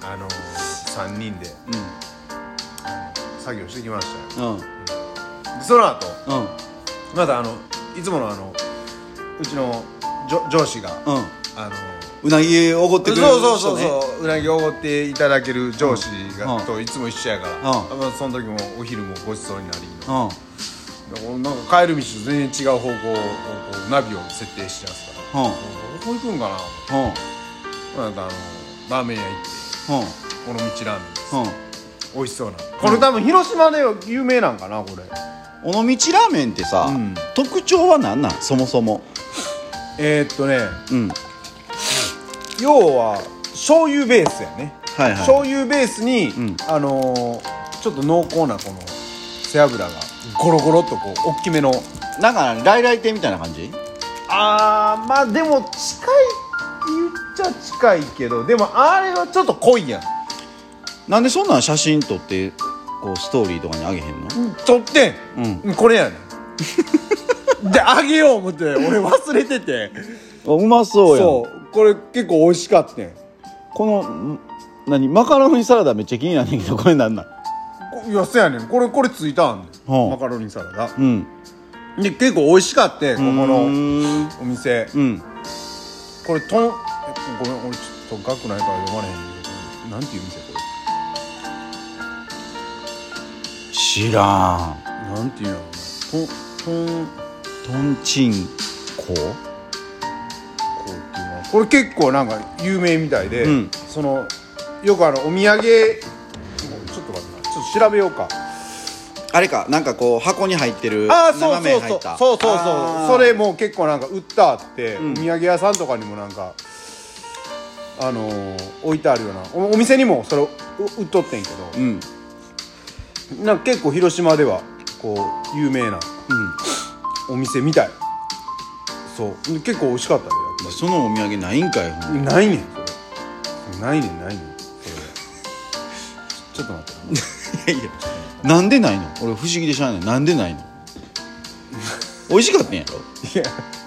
C: あのー、3人で作業してきましたよ
B: うんうん
C: でその後
B: うん
C: またあのいつものあのうちの上上司が、
B: うんうん
C: あのー
B: うなぎおごって
C: そう
B: くれる
C: そ
B: 人ね
C: うそうそううなぎおごっていただける上司が、
B: うん
C: といつも一緒やから、
B: う
C: まあその時もお昼もごちそうになり
B: うん
C: なんか帰る道と全然違う方向をこうナビを設定してますから
B: うん
C: どこ行くんかな
B: うん
C: なんかあのラーメン屋行って
B: うん
C: この道ラーメンです
B: うん
C: 美味しそうなこれ多分広島で有名なんかなこれ
B: 尾道ラーメンってさ、
C: うん
B: 特徴は何なんそもそも
C: えー、っとね
B: うん
C: 要は醤油ベースやね、
B: はいはい
C: 醤油ベースに、
B: ん
C: あのーちょっと濃厚なこの背脂がゴロゴロっとこう大きめの
B: だから来来亭みたいな感じ
C: あーまあでも近い言っちゃ近いけどでもあれはちょっと濃いやん
B: なんでそんなん写真撮ってこうストーリーとかにあげへんの
C: 撮ってん、これやね んであげよう思って俺忘れてて
B: あうまそうやん
C: そうこれ結構美味しかったん
B: このん何マカロニサラダめっちゃ気になんねんけどこれなんなん
C: こいやせやねんこれこれついたんねん、
B: はあ
C: マカロニサラダ
B: うん
C: で結構美味しかったんここ
B: う
C: の
B: ーん
C: お店
B: うん
C: これとんえごめん俺ちょっと学ないから読まれへんけどなんていう店これ
B: 知らん
C: なんていうんやろうなとんとん
B: とんちんこ
C: こうっていうのはこれ結構なんか有名みたいで、
B: うん
C: そのよくあのお土産ちょっと待ってなちょっと調べようか
B: あれかなんかこう箱に入ってる
C: ああそう
B: 斜
C: そう
B: め
C: そ
B: 入
C: う
B: った
C: そうそう
B: あ
C: そうそ
B: ー
C: れもう結構なんか売ったあって、
B: ん
C: お土産屋さんとかにもなんかあのー置いてあるようなおお店にもそれう売っとってんけど
B: うんうん
C: なんか結構広島ではこう有名なお店みたいそう結構美味しかったでやっ
B: そのお土産ないんかいほんま
C: ぱりないねんそれないねんないねんそれちょっと待って
B: いやいやなんでないの俺不思議でしゃあないなんでないの美味しかったんやろ
C: いや、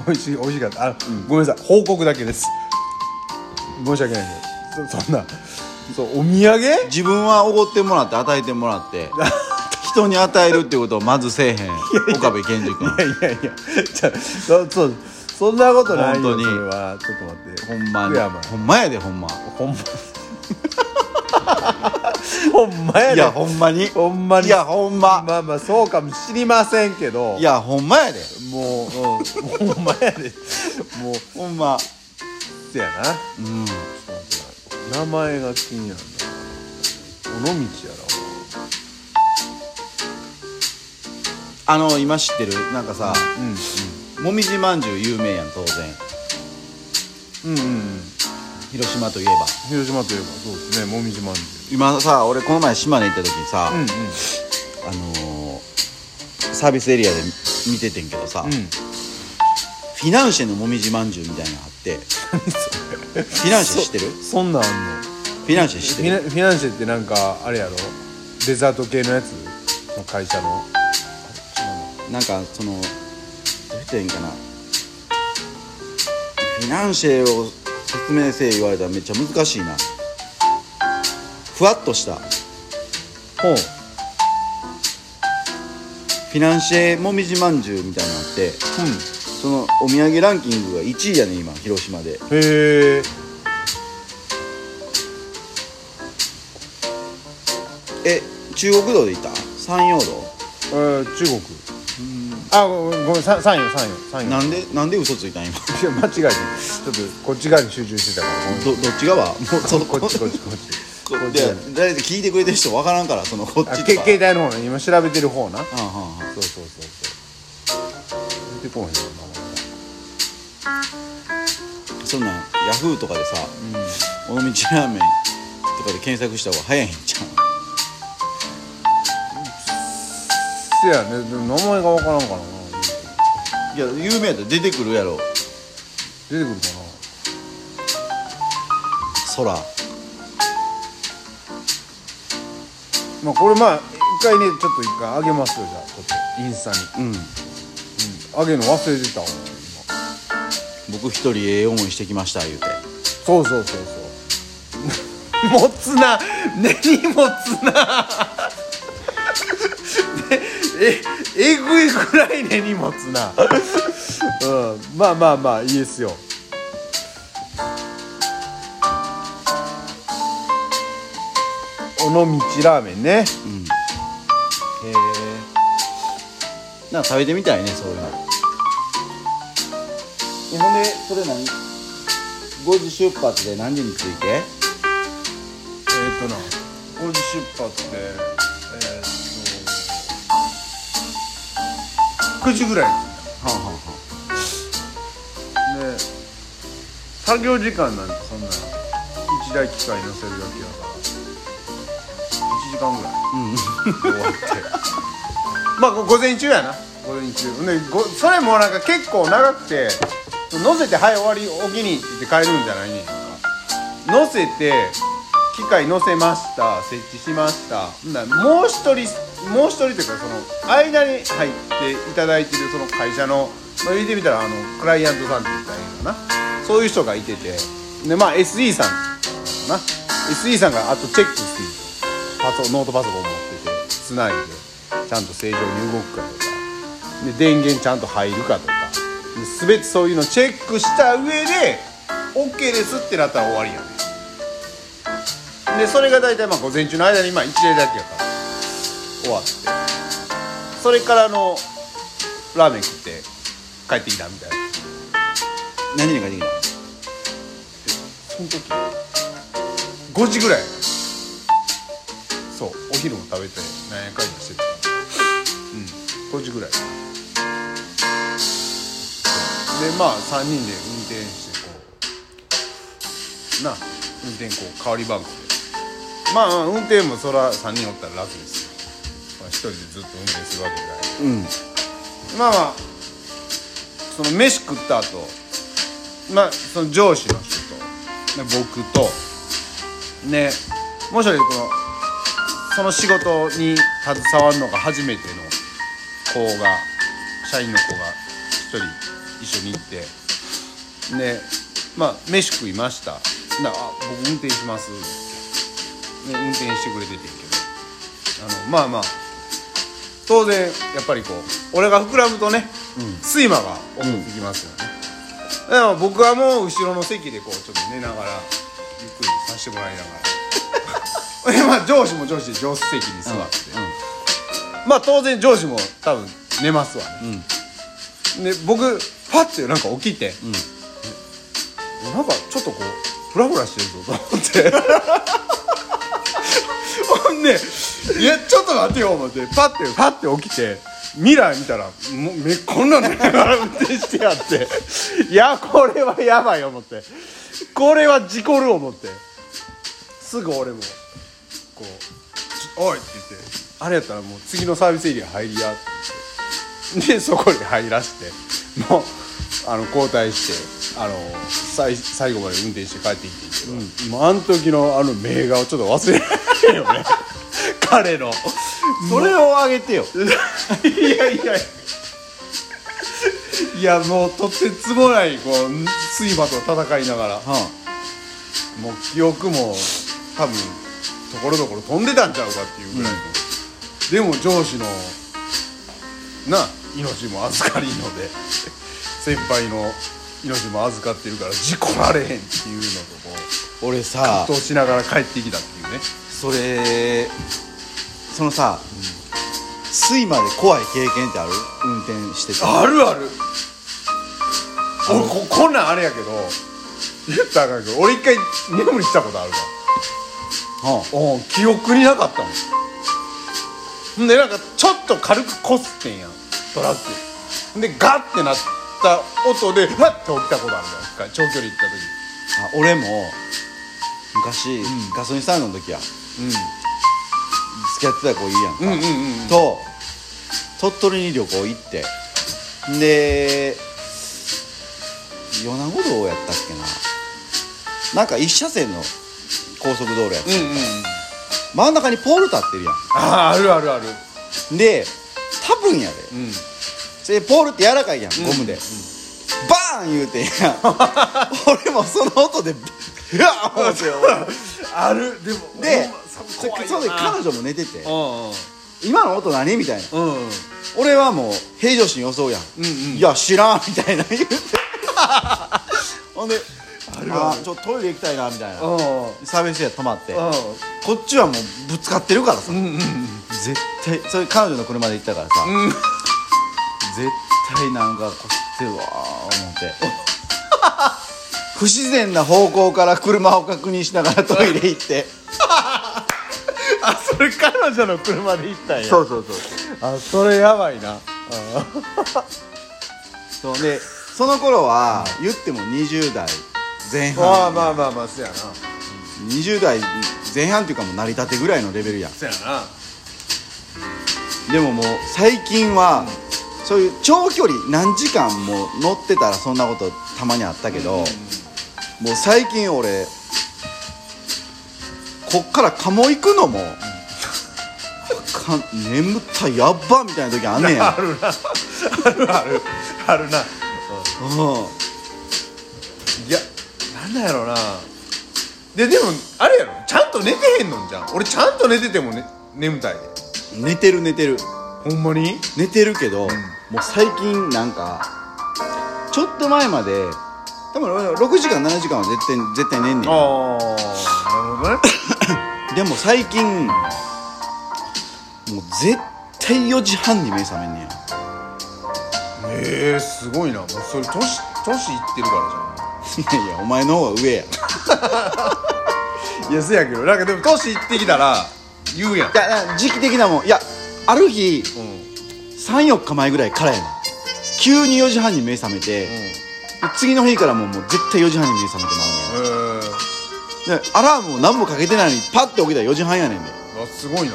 C: 美味しい、美味しかった。あ、ごめんなさい、報告だけです。申し訳ないけど、そそんな。そう、お土産。い
B: 自分はおごってもらって与えてもらって 人に与えるってことをまずせえへん岡部健二君
C: やいやいや、じゃあ、そ、そう、そんなことないよ。
B: 本当に
C: それは、ちょっと待って、
B: ほんま
C: い
B: に
C: や、まあ
B: ほんまやでほんま
C: ほんま。ほんまや
B: い
C: で。
B: やほんまに
C: ほんまに。
B: いやほんま
C: まあまあ、そうかもしれませんけど。
B: い、やほんまやで
C: もう、うん、ほんまやで。もう、
B: ほんま
C: せやな。
B: うん
C: 名前が気になるな尾道や
B: あの今知ってるなんか
C: ら
B: さ
C: うん
B: もみじまんじゅう有名やん当然
C: うんうんうん
B: 広島といえば
C: 広島といえばそうですねもみじまんじゅ
B: 今さ俺この前島根行った時にさ、
C: ううん
B: あのー、サービスエリアで見ててんけどさ、
C: うんうん
B: フィナンシェのもみじまんじゅうみたいなの あってフィナンシェ知ってるフ
C: そんなんあんの
B: ィナンシェ知
C: フ
B: って
C: ィナ
B: る
C: フィナンシェってなんかあれやろデザート系のやつの会社の
B: なんかそのどう言ったらいいんかなフィナンシェを説明せえ言われたらめっちゃ難しいなふわっとしたフ
C: ほう
B: ィナンシェもみじまんじゅうみたいなのあって
C: う
B: そのお土産ランキングが1位やね今広島
C: ん
B: で
C: へえ
B: え中国道で行った山陽道
C: 中国あごめんごめんさ三よ三よ三よ
B: なんでなんで嘘ついたん今
C: いや間違えてちょっとこっち側に集中してたからごめん
B: どどっち側もうその
C: こっちこっちこっち
B: こっち誰で聞いてくれてる人分からんからそのこっ
C: あ
B: ち
C: け
B: とか
C: 携帯の方ね今調べてる方な
B: うんうんうん
C: そうそうそうそう出てこへんよ
B: そんなんヤフーとかでさ
C: な
B: 尾道ラーメンとかで検索した方が早いんちゃう
C: せやねでも名前がわからんからな出て
B: いや有名やったら出てくるやろ
C: くるか
B: 空
C: なまあこれまあ一回ねちょっと一回あげますよじゃあちょっとインスタに
B: うん
C: あ、げるの忘れてたわ今
B: 僕一人ええ思いしてきました言うて
C: そうそうそうそう 持つな根に持つな ねええぐいくらい根に持つなうんまあまあまあいいですよ尾道ラーメンね
B: うん
C: へえ
B: なんか食べてみたいねそういうのほんでそれ何5時出発で何時に着いて
C: えっとな5時出発でえー、っと9時ぐらい
B: はんはんはん
C: で作業時間なんてそんな一台機械乗せるだけだから1時間ぐらい終わって まあご午前中やな午前中でごそれもなんか結構長くて乗せて「はい終わりおきに」って帰るんじゃないねんか乗せて機械乗せました設置しましたほんならもう一人もう一人というかその間に入っていただいてるその会社のまあ言ってみたらあのクライアントさんって言ったらいいのかなそういう人がいててでまあ SE さんかな SE さんがあとチェックしていてパソノートパソコン持っててつないでちゃんと正常に動くかとかで電源ちゃんと入るかとかで全てそういうのチェックした上で OK ですってなったら終わりやねでそれが大体まあ午前中の間にまあ1例だけやから終わってそれからのラーメン食って帰ってきたみたいな
B: 何に帰ってきた
C: その時5時ぐらいそうお昼も食べて何やかんやしてた5時ぐらいでまあ3人で運転してこうな運転こう代わり番号でまあまあ運転もそら3人おったら楽ですよ、まあ、1人でずっと運転するわけじゃない
B: うん
C: まあまあその飯食った後まあその上司の人と、ね、僕とねもう一人このその仕事に携わるのが初めての子が社員の子が一人一緒に行ってねまあ飯食いましたなあ僕運転しますね運転してくれててんけどあのまあまあ当然やっぱりこう俺が膨らむとね、睡魔が起こってきますよね、だから僕はもう後ろの席でこうちょっと寝ながらゆっくりさせてもらいな がらでまあ上司も上司で上司席に座って、まあ当然上司も多分寝ますわね、で僕パッてなんか起きて、えなんかちょっとこうフラフラしてるぞと思ってほんで「いやちょっと待ってよ」思ってパッてパッて起きてミラー見たらもうめこんなんで運転してやっていやこれはやばい思ってこれは事故る思ってすぐ俺もこう「ちょおい!」って言って「あれやったらもう次のサービスエリア入りや」って言ってでそこに入らしてもうあの交代してあの最最後まで運転して帰ってきてんけど、もうあの時のあの名画をちょっと忘れられないよ ね彼の
B: それをあげてよ
C: いやいやいやもうとてつもないこう睡魔と戦いながら
B: は
C: もう記憶も多分ところどころ飛んでたんちゃうかっていうぐらいの、でも上司のな命も預かりので 先輩の命も預かってるから事故られへんっていうのとこう
B: あ俺さ
C: 葛藤しながら帰ってきたっていうね
B: それそのさ、睡魔で怖い経験ってある運転してて
C: あるある俺ここんなんあれやけど言ったらあかんけど俺一回眠りしたことあるわ
B: は
C: うん記憶になかったもんほんでなんかちょっと軽くこすってんやんトラックほんでガッてなった音でふわって起きたことあるんだよ一回長距離行った
B: ああ俺も昔、ガソリンスタンドの時や付き合ってた子いいやんか、
C: うんうんうん
B: と鳥取に旅行行ってで米子道やったっけななんか一車線の高速道路やって、
C: 時うんうんうん
B: 真ん中にポール立ってるや
C: あああるあるある
B: んで多分やで
C: うん
B: それでポールって柔らかいやんゴムで、バーン言うてん やん俺もその音でビッうわっ思って
C: あるでも
B: で
C: ほんまそ
B: そ
C: 怖い
B: そ
C: よ
B: れで
C: な
B: 彼女も寝てて
C: うんうん
B: 「今の音何?」みたいな
C: うんうん
B: 俺はもう平常心装うやん、
C: うんうん
B: いや知らんみたいな言う てほんであ
C: るある
B: ーちょっとトイレ行きたいなみたいな
C: うん
B: サービスエリア止まって
C: うん
B: こっちはもうぶつかってるからさ
C: うんうん
B: 絶対それ彼女の車で行ったからさ、
C: うん
B: 絶対なんかこってるわー思って 不自然な方向から車を確認しながらトイレ行って
C: あそれ彼女の車で行ったんや
B: うそうそう
C: あそれやばいな
B: そうでその頃は言っても20代前半
C: まあまあまあまあそやな
B: 20代前半っていうかもう成り立てぐらいのレベルやん
C: そやな
B: でももう最近はそういう長距離何時間も乗ってたらそんなことたまにあったけど、もう最近俺こっから鴨行くのも、か眠ったやっばみたいな時あんねんや
C: あ るなあるあるあるな
B: う
C: いやなんだやろうなででもあれやろちゃんと寝てへんのんじゃん俺ちゃんと寝てても、ね、眠たいで
B: ん寝てる寝てる
C: ほんまに
B: 寝てるけど、もう最近なんかちょっと前まで多分俺6時間7時間は絶対絶対寝んねん
C: ああなるほどね
B: でも最近もう絶対4時半に目覚めんねや
C: えー、すごいなもうそれ年年いってるからじ
B: いやいやお前の方が上やい
C: ゃんいやそやけどなんかでも年いってきたら言うやん
B: や時期的なもんいやある日
C: うん
B: 34日前ぐらいからやねん急に4時半に目覚めて、で次の日からもうもう絶対4時半に目覚めてま
C: え
B: うねんでアラームを何もかけてないのにパッて起きたら4時半やねんで
C: ー、あすごいな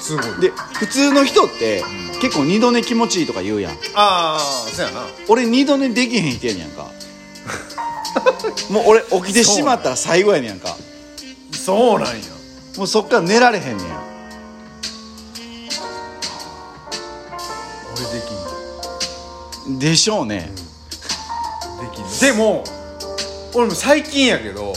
C: すごい
B: で普通の人って結構二度寝気持ちいいとか言うやん
C: ああそうやな
B: 俺二度寝できへん人やねんやんかもう俺起きてしまったら最後やねんやんか
C: そうなんや
B: もうそっから寝られへんねんや
C: 俺できんの
B: でしょうね、
C: できんのでも俺も最近やけど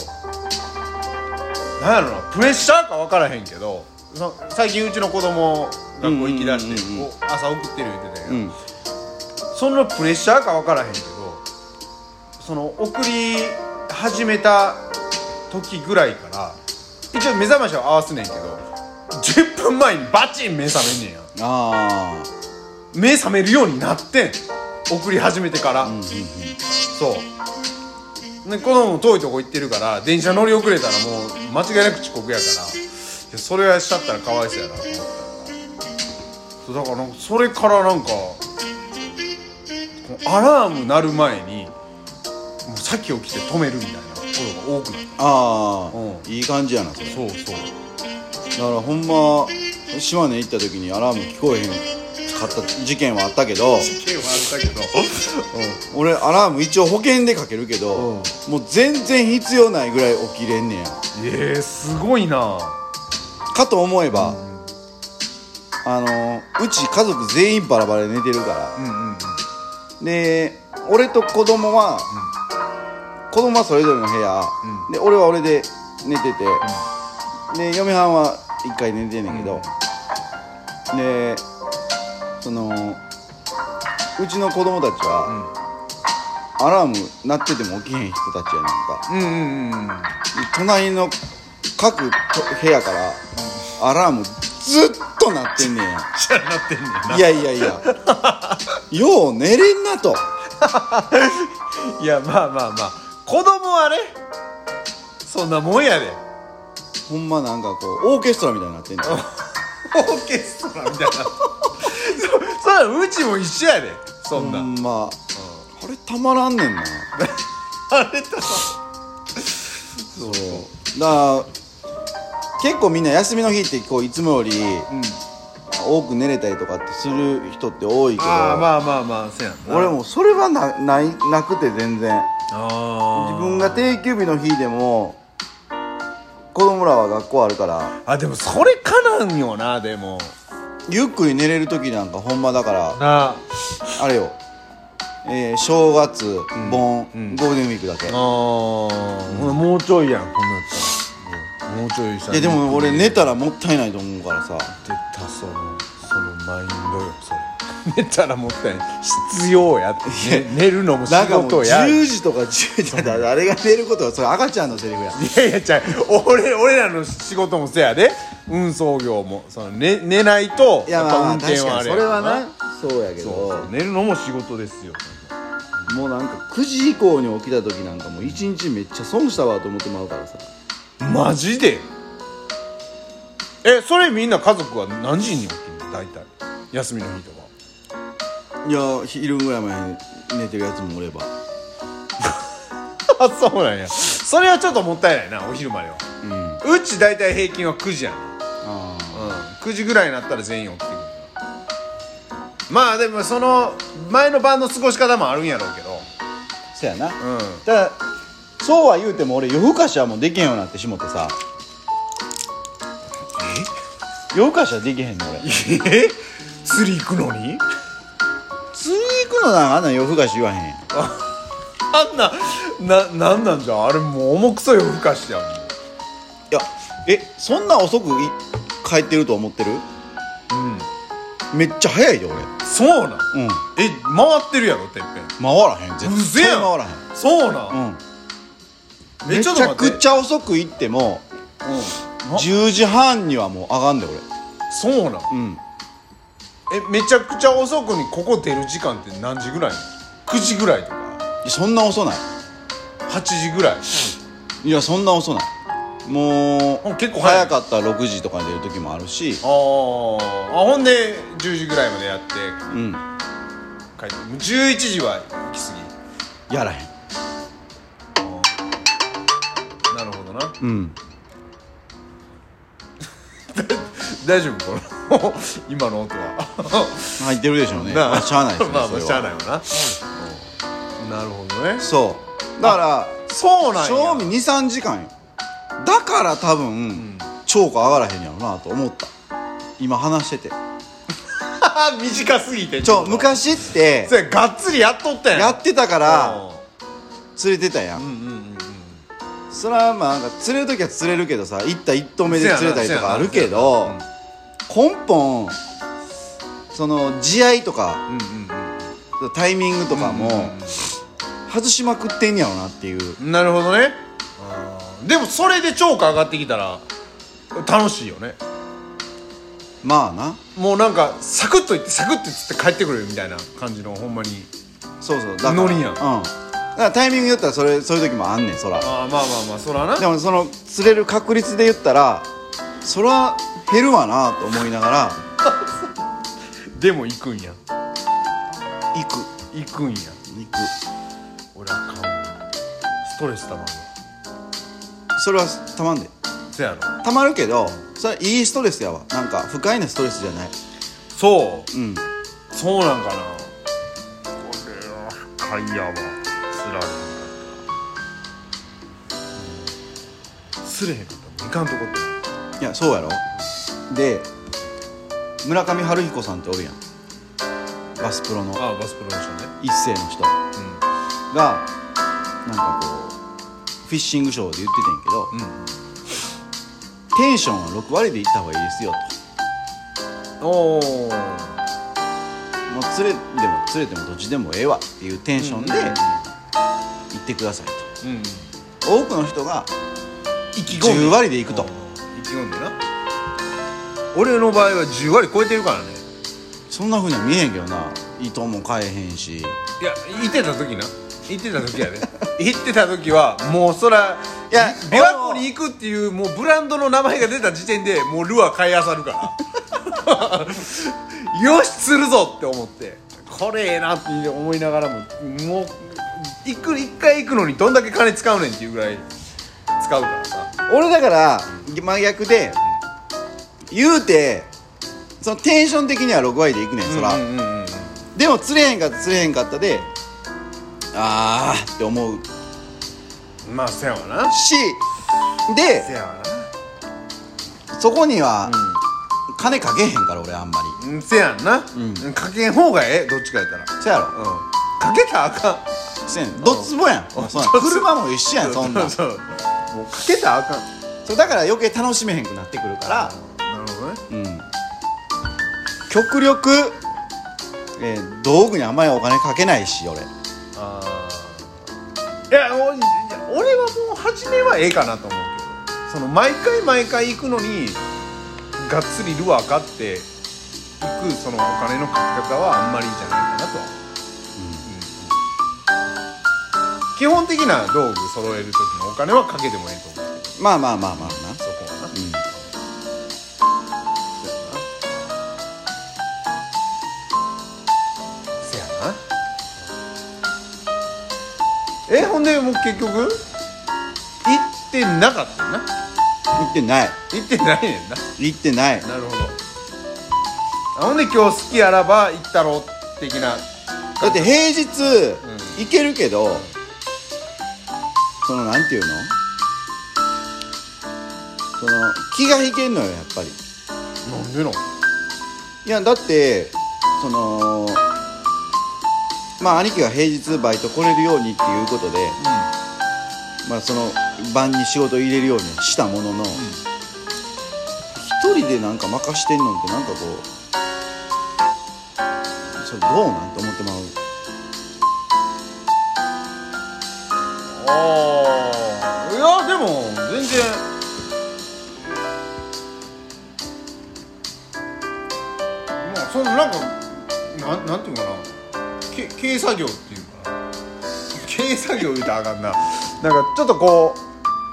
C: なんやろなプレッシャーか分からへんけどそ最近うちの子供学校行きだして、
B: うんうんうんうん
C: こう朝送ってる言ってたやん、
B: うん
C: そのプレッシャーか分からへんけどその送り始めた時ぐらいから一応目覚ましは合わすねんけど10分前にバチン目覚めんねんや
B: ああ
C: 目覚めるようになってん送り始めてから、
B: うんうんうん
C: そうで子供も遠いとこ行ってるから電車乗り遅れたらもう間違いなく遅刻やからいやそれはしちゃったらかわいそうやなと思ったからそうだからなんかそれからなんかこのアラーム鳴る前にもう先起きて止めるみたいなことが多くなっ
B: ああ、
C: う
B: いい感じやなそれ
C: たそうそう
B: だからほんま島根行った時にアラーム聞こえへんかった事件はあったけ
C: 刑
B: ど
C: はあったけど
B: 俺アラーム一応保険でかけるけど、もう全然必要ないぐらい起きれんねや
C: えー、すごいな
B: かと思えば、あのうち家族全員バラバラで寝てるから
C: うんうんうん
B: で俺と子供は、子供はそれぞれの部屋、
C: う
B: で俺は俺で寝てて、で嫁はんは一回寝てんねんけど、でそのうちの子供たちは、アラーム鳴ってても起きへん人たちやねんか
C: うんうんうんうん
B: で隣の各と部屋からアラームずっと鳴ってんねんや
C: じゃあなってんねんない
B: やいやいやよう寝れんなと
C: いやまあまあまあ子供はねそんなもんやで
B: ほんまなんかこうオーケストラみたいになってんねん
C: オーケストラみたいな そそらうちも一緒やでそんな、
B: ほんま、あれたまらんねんな
C: あれだ
B: そうだから結構みんな休みの日ってこういつもより多く寝れたりとかってする人って多いけど、
C: ああまあまあまあせやんな
B: 俺もそれはなないなくて全然
C: あー
B: 自分が定休日の日でも子供らは学校あるから
C: あでもそれかなんよなでも
B: ゆっくり寝れる時なんかほんまだから
C: なあ
B: あれよ、えー正月盆、
C: うん
B: ゴールデンウィークだけ、
C: あー、ほなもうちょいやんこんなんやったらもうちょいした
B: いやでも俺
C: ね
B: 寝たらもったいないと思うからさ
C: 出たそのそのマインドよそれ 寝たらもったいない必要やって、ね、寝るのも仕
B: なんかもう
C: 事や
B: 10時とか10時だからあれが寝ることはそれ赤ちゃんのセリフ
C: い
B: や
C: やいやちゃう俺俺らの仕事もせやで運送業もその寝寝ないと
B: いや
C: っぱ
B: まあ確かに
C: や
B: そ
C: か
B: れ
C: ら
B: はなそうやけど
C: そうそう寝るのも仕事ですよ
B: もうなんか9時以降に起きた時なんかもう一日めっちゃ損したわと思ってまうからさ
C: マジでえそれみんな家族は何時に起きるの大体休みの日とか
B: いや昼ぐらいまで寝てるやつもおれば
C: あそうなんやそれはちょっともったいないなお昼までは
B: うんあ
C: うち大体平均は9時やね
B: あ
C: うん、9時ぐらいになったら全員起きてくるよまあでもその前の晩の過ごし方もあるんやろうけど
B: そやな
C: うん
B: ただそうは言うても俺夜更かしはもうできへんようになってしもってさ夜更かしはできへんの俺
C: え釣り行くのに
B: 釣り行くのなんかあんなん夜更かし言わへんやん
C: あんなななんなんじゃあれもう重くそ夜更かしやん
B: いやえそんな遅くい帰ってると思ってる
C: うん
B: めっちゃ早いで俺
C: そうなん
B: うん
C: え回ってるやろてっ
B: 回らへん
C: ぺん
B: 絶
C: うぜ
B: 対
C: やん
B: 回らへん
C: そうなん、
B: うん
C: え
B: めち
C: ょっと
B: ゃ
C: 待って
B: くちゃ遅く行っても
C: うんな
B: 10時半にはもう上がんで俺
C: そうなん
B: うん
C: えめちゃくちゃ遅くにここ出る時間って何時ぐらいなの ?9 時ぐらいとか
B: そんな遅ない
C: 8時ぐらい
B: いやそんな遅ないもう
C: あ結構早い
B: 早かったら6時とかに出る時もあるし
C: あーあほんで10時ぐらいまでやって
B: うん
C: 帰ってもう11時は行き
B: やらへん
C: 過ぎあーなるほどな
B: うん
C: 大丈夫この 今の音は
B: 入ってるでしょうね まあしゃあないですね
C: まあまあ
B: そ
C: し
B: れ
C: ゃあ
B: は
C: ないわな、うんなるほどね
B: そうだから
C: そうなんや
B: 賞味23時間よだから多分、超過上がらへんやろなと思った今話してて
C: 短すぎて
B: ちょ
C: っと
B: 昔って
C: それがっつりやっとったやん
B: やってたから釣れてたや
C: う
B: ん、
C: んうんうんうん
B: それはまあなんか釣れる時は釣れるけどさ一体一投目で釣れたりとかあるけど、
C: うん
B: 根本その地合いとか
C: うんうん
B: タイミングとかも
C: うんうん
B: 外しまくってんやろなっていう
C: うんなるほどねでもそれで超過上がってきたら楽しいよね
B: まあな
C: もうなんかサクッといってサクッとつって帰ってくるみたいな感じのほんまに
B: そうそうだから
C: ノリやん
B: うんだからタイミングによったらそれそういう時もあんねんそら
C: ああまあまあまあそらな
B: でもその釣れる確率で言ったらそら減るわなと思いながら
C: でも行くんや
B: 行く
C: 行くんや
B: 行く
C: 俺あかんわストレスたまんわ
B: それはたまんで
C: せやろ
B: たまるけどそれいいストレスやわなんか不快なストレスじゃない
C: そう
B: うん
C: そうなんかなこれは深いやわすられへんかったすれへんかったもういかんとこって
B: いやそうやろで村上春彦さんっておるやんバスプロの
C: ああバスプロモーションね
B: 一世の人がなんかこうフィッシングショーで言っててんけど、
C: うん
B: テンションは6割でいった方がいいですよ
C: うんおお
B: ともう釣れでも釣れてもどっちでもええわっていうテンションで行ってください
C: うん、うん、
B: と、多くの人が
C: 意気
B: 10割でいくと
C: おー意気込んでな俺の場合は10割超えてるからね
B: そんなふうには見えへんけどな糸も買えへんし
C: いや行ってた時な行ってた時やね行ってた時はもうそら
B: いや
C: 琵琶湖に行くっていうもうブランドの名前が出た時点でもうルアー買いあさるから よし釣るぞって思ってこれええなって思いながらももう行く一回行くのにどんだけ金使うねんっていうぐらい使うからさ
B: 俺だから真逆で言うてそのテンション的には6割でいくねんそら、
C: うんうんうんうん
B: でも釣れへんかった釣れへんかったであーって思う
C: まあせやわな
B: しで
C: せやわ
B: そこには
C: な
B: 金かけへんから俺あんまり
C: うんせやんな、
B: う
C: かけん方がええどっちかやったら
B: そやろ
C: うんかけたらあかん
B: せやねんどっつぼやん
C: うん
B: もうそんなん
C: どっつぼ
B: 車も一緒や んそんなんそ
C: そうもうかけたらあかん
B: れだから余計楽しめへんくなってくるから
C: なるほどね
B: うん極力、えー道具にあんまりお金かけないし俺
C: ああいやおいや俺はもう初めはええかなと思うけどその毎回毎回行くのにがっつりルアー買って行くそのお金のかけ方はあんまりいいんじゃないかなとは、うん基本的な道具揃える時のお金はかけてもええと思うけど
B: まあまあまあまあな
C: そこはな
B: うん
C: せやなせやなえほんでもう結局行ってなかったな
B: 行ってない
C: 行ってないねんな
B: 行ってない
C: なるほどあほんで今日好きあらば行ったろ的な
B: だって平日
C: う
B: 行けるけど、そのなんていうのその気が引けんのよやっぱり
C: なんでの
B: いやだってそのまあ兄貴が平日バイト来れるようにっていうことで、まあ、その晩に仕事入れるようにしたものの、一人でなんか任してんのってなんかこうそれどうなんて思ってまう
C: ああいやでも全然まあそのなんかなんなんていうのかなけ軽 作業っていうのかな軽作業言うたらあかんななんかちょっとこ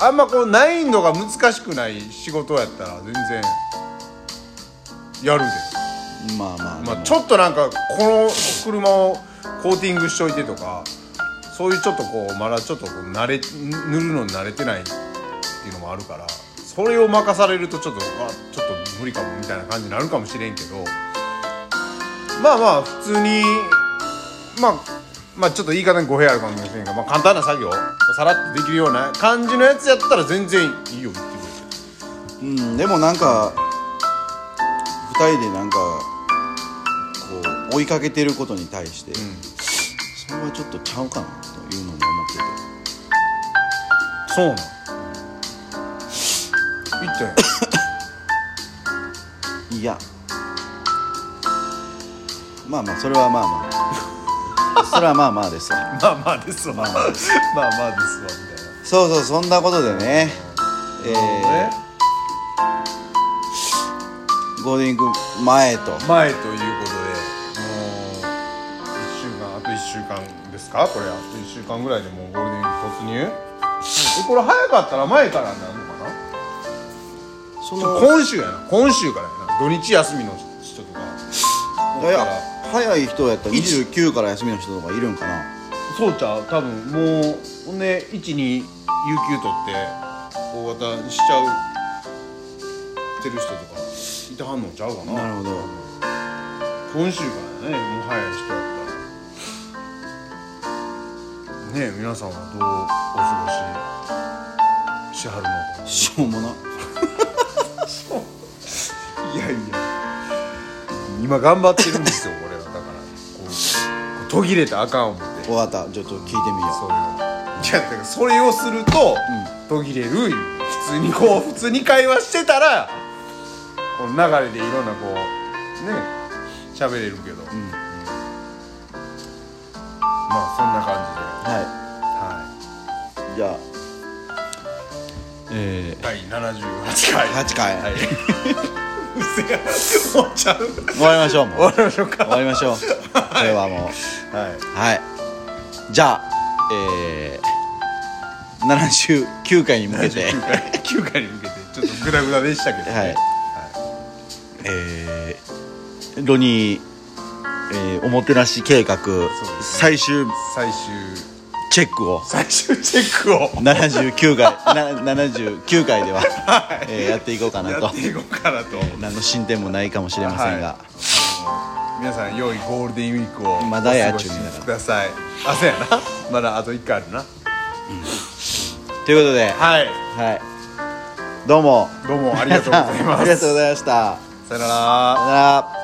C: うあんまこう難易度が難しくない仕事やったら全然やるで、
B: まあまあ、
C: まあ、ちょっとなんかこの車をコーティングしといてとかそういうちょっとこうまだちょっとこう慣れ塗るのに慣れてないっていうのもあるからそれを任されるとちょっとあちょっと無理かもみたいな感じになるかもしれんけどまあまあ普通にまあまあちょっと言い方に語弊あるかもしれんが、まあ、簡単な作業さらっとできるような感じのやつやったら全然いいよ言ってくれて。
B: うん、でもなんか2人でなんかこう追いかけてることに対して、
C: ん
B: それはちょっとちゃうかなというのも思ってて
C: そうなんいっちゃんや
B: いやまあまあそれはまあ まあそれはまあまあですわ
C: まあまあですわまあまあですわみたいな
B: そうそうそんなことでねえ
C: え
B: ーゴールデンウィーク前と
C: 前ということでもう1週間あと1週間ですかこれあと1週間ぐらいでもうゴールデンウィーク突入、えこれ早かったら前からになるのかな
B: そ
C: ち
B: の
C: ょ今週やな今週からやな土日休みの人とか
B: いや早い人やったら29から休みの人とかいるんかな
C: そうちゃう多分もうほんで12有給取って大型にしちゃうてる人とかいてはんのちゃうかな
B: なるほど
C: 今週からねもう早い人やったらねえ皆さんはどうお過ごししはるのかな
B: しょうもない
C: やいや今頑張ってるんですよ俺はだからこうこう途切れたらあかん思って
B: 分かったちょっと聞いてみよう
C: それをいやだからそれをすると、途切れるいう普通にこう普通に会話してたらこの流れでいろんなこうね喋れるけど、うんまあそんな感
B: は
C: じで、はい
B: じゃあえ
C: い、第78回
B: ー、8回、
C: はいうせやもうちゃう
B: 終わりましょうもう
C: 終わりましょうか
B: 終わりましょうこれはもう
C: はい
B: はいじゃあえー、79回に向けて
C: 9回9回に向けてちょっとグダグダでしたけどね、
B: はいえー、ロニー、えー、おもてなし計画
C: すね
B: 最終
C: 最終
B: チェックを
C: 最終チェックを
B: 79回 な79回では、えーやっていこうかな
C: や
B: と
C: っていこうかなと
B: 何の進展もないかもしれませんが、
C: 皆さん良いゴールデンウィークを
B: まだや
C: お過ごし
B: ちゅうねんだから
C: くださいあそうやなまだあと1回あるな
B: ということで、
C: はい
B: はい、どうも
C: どうもありがとうございま
B: ありがとう
C: す
B: ございました
C: さよなら
B: さよなら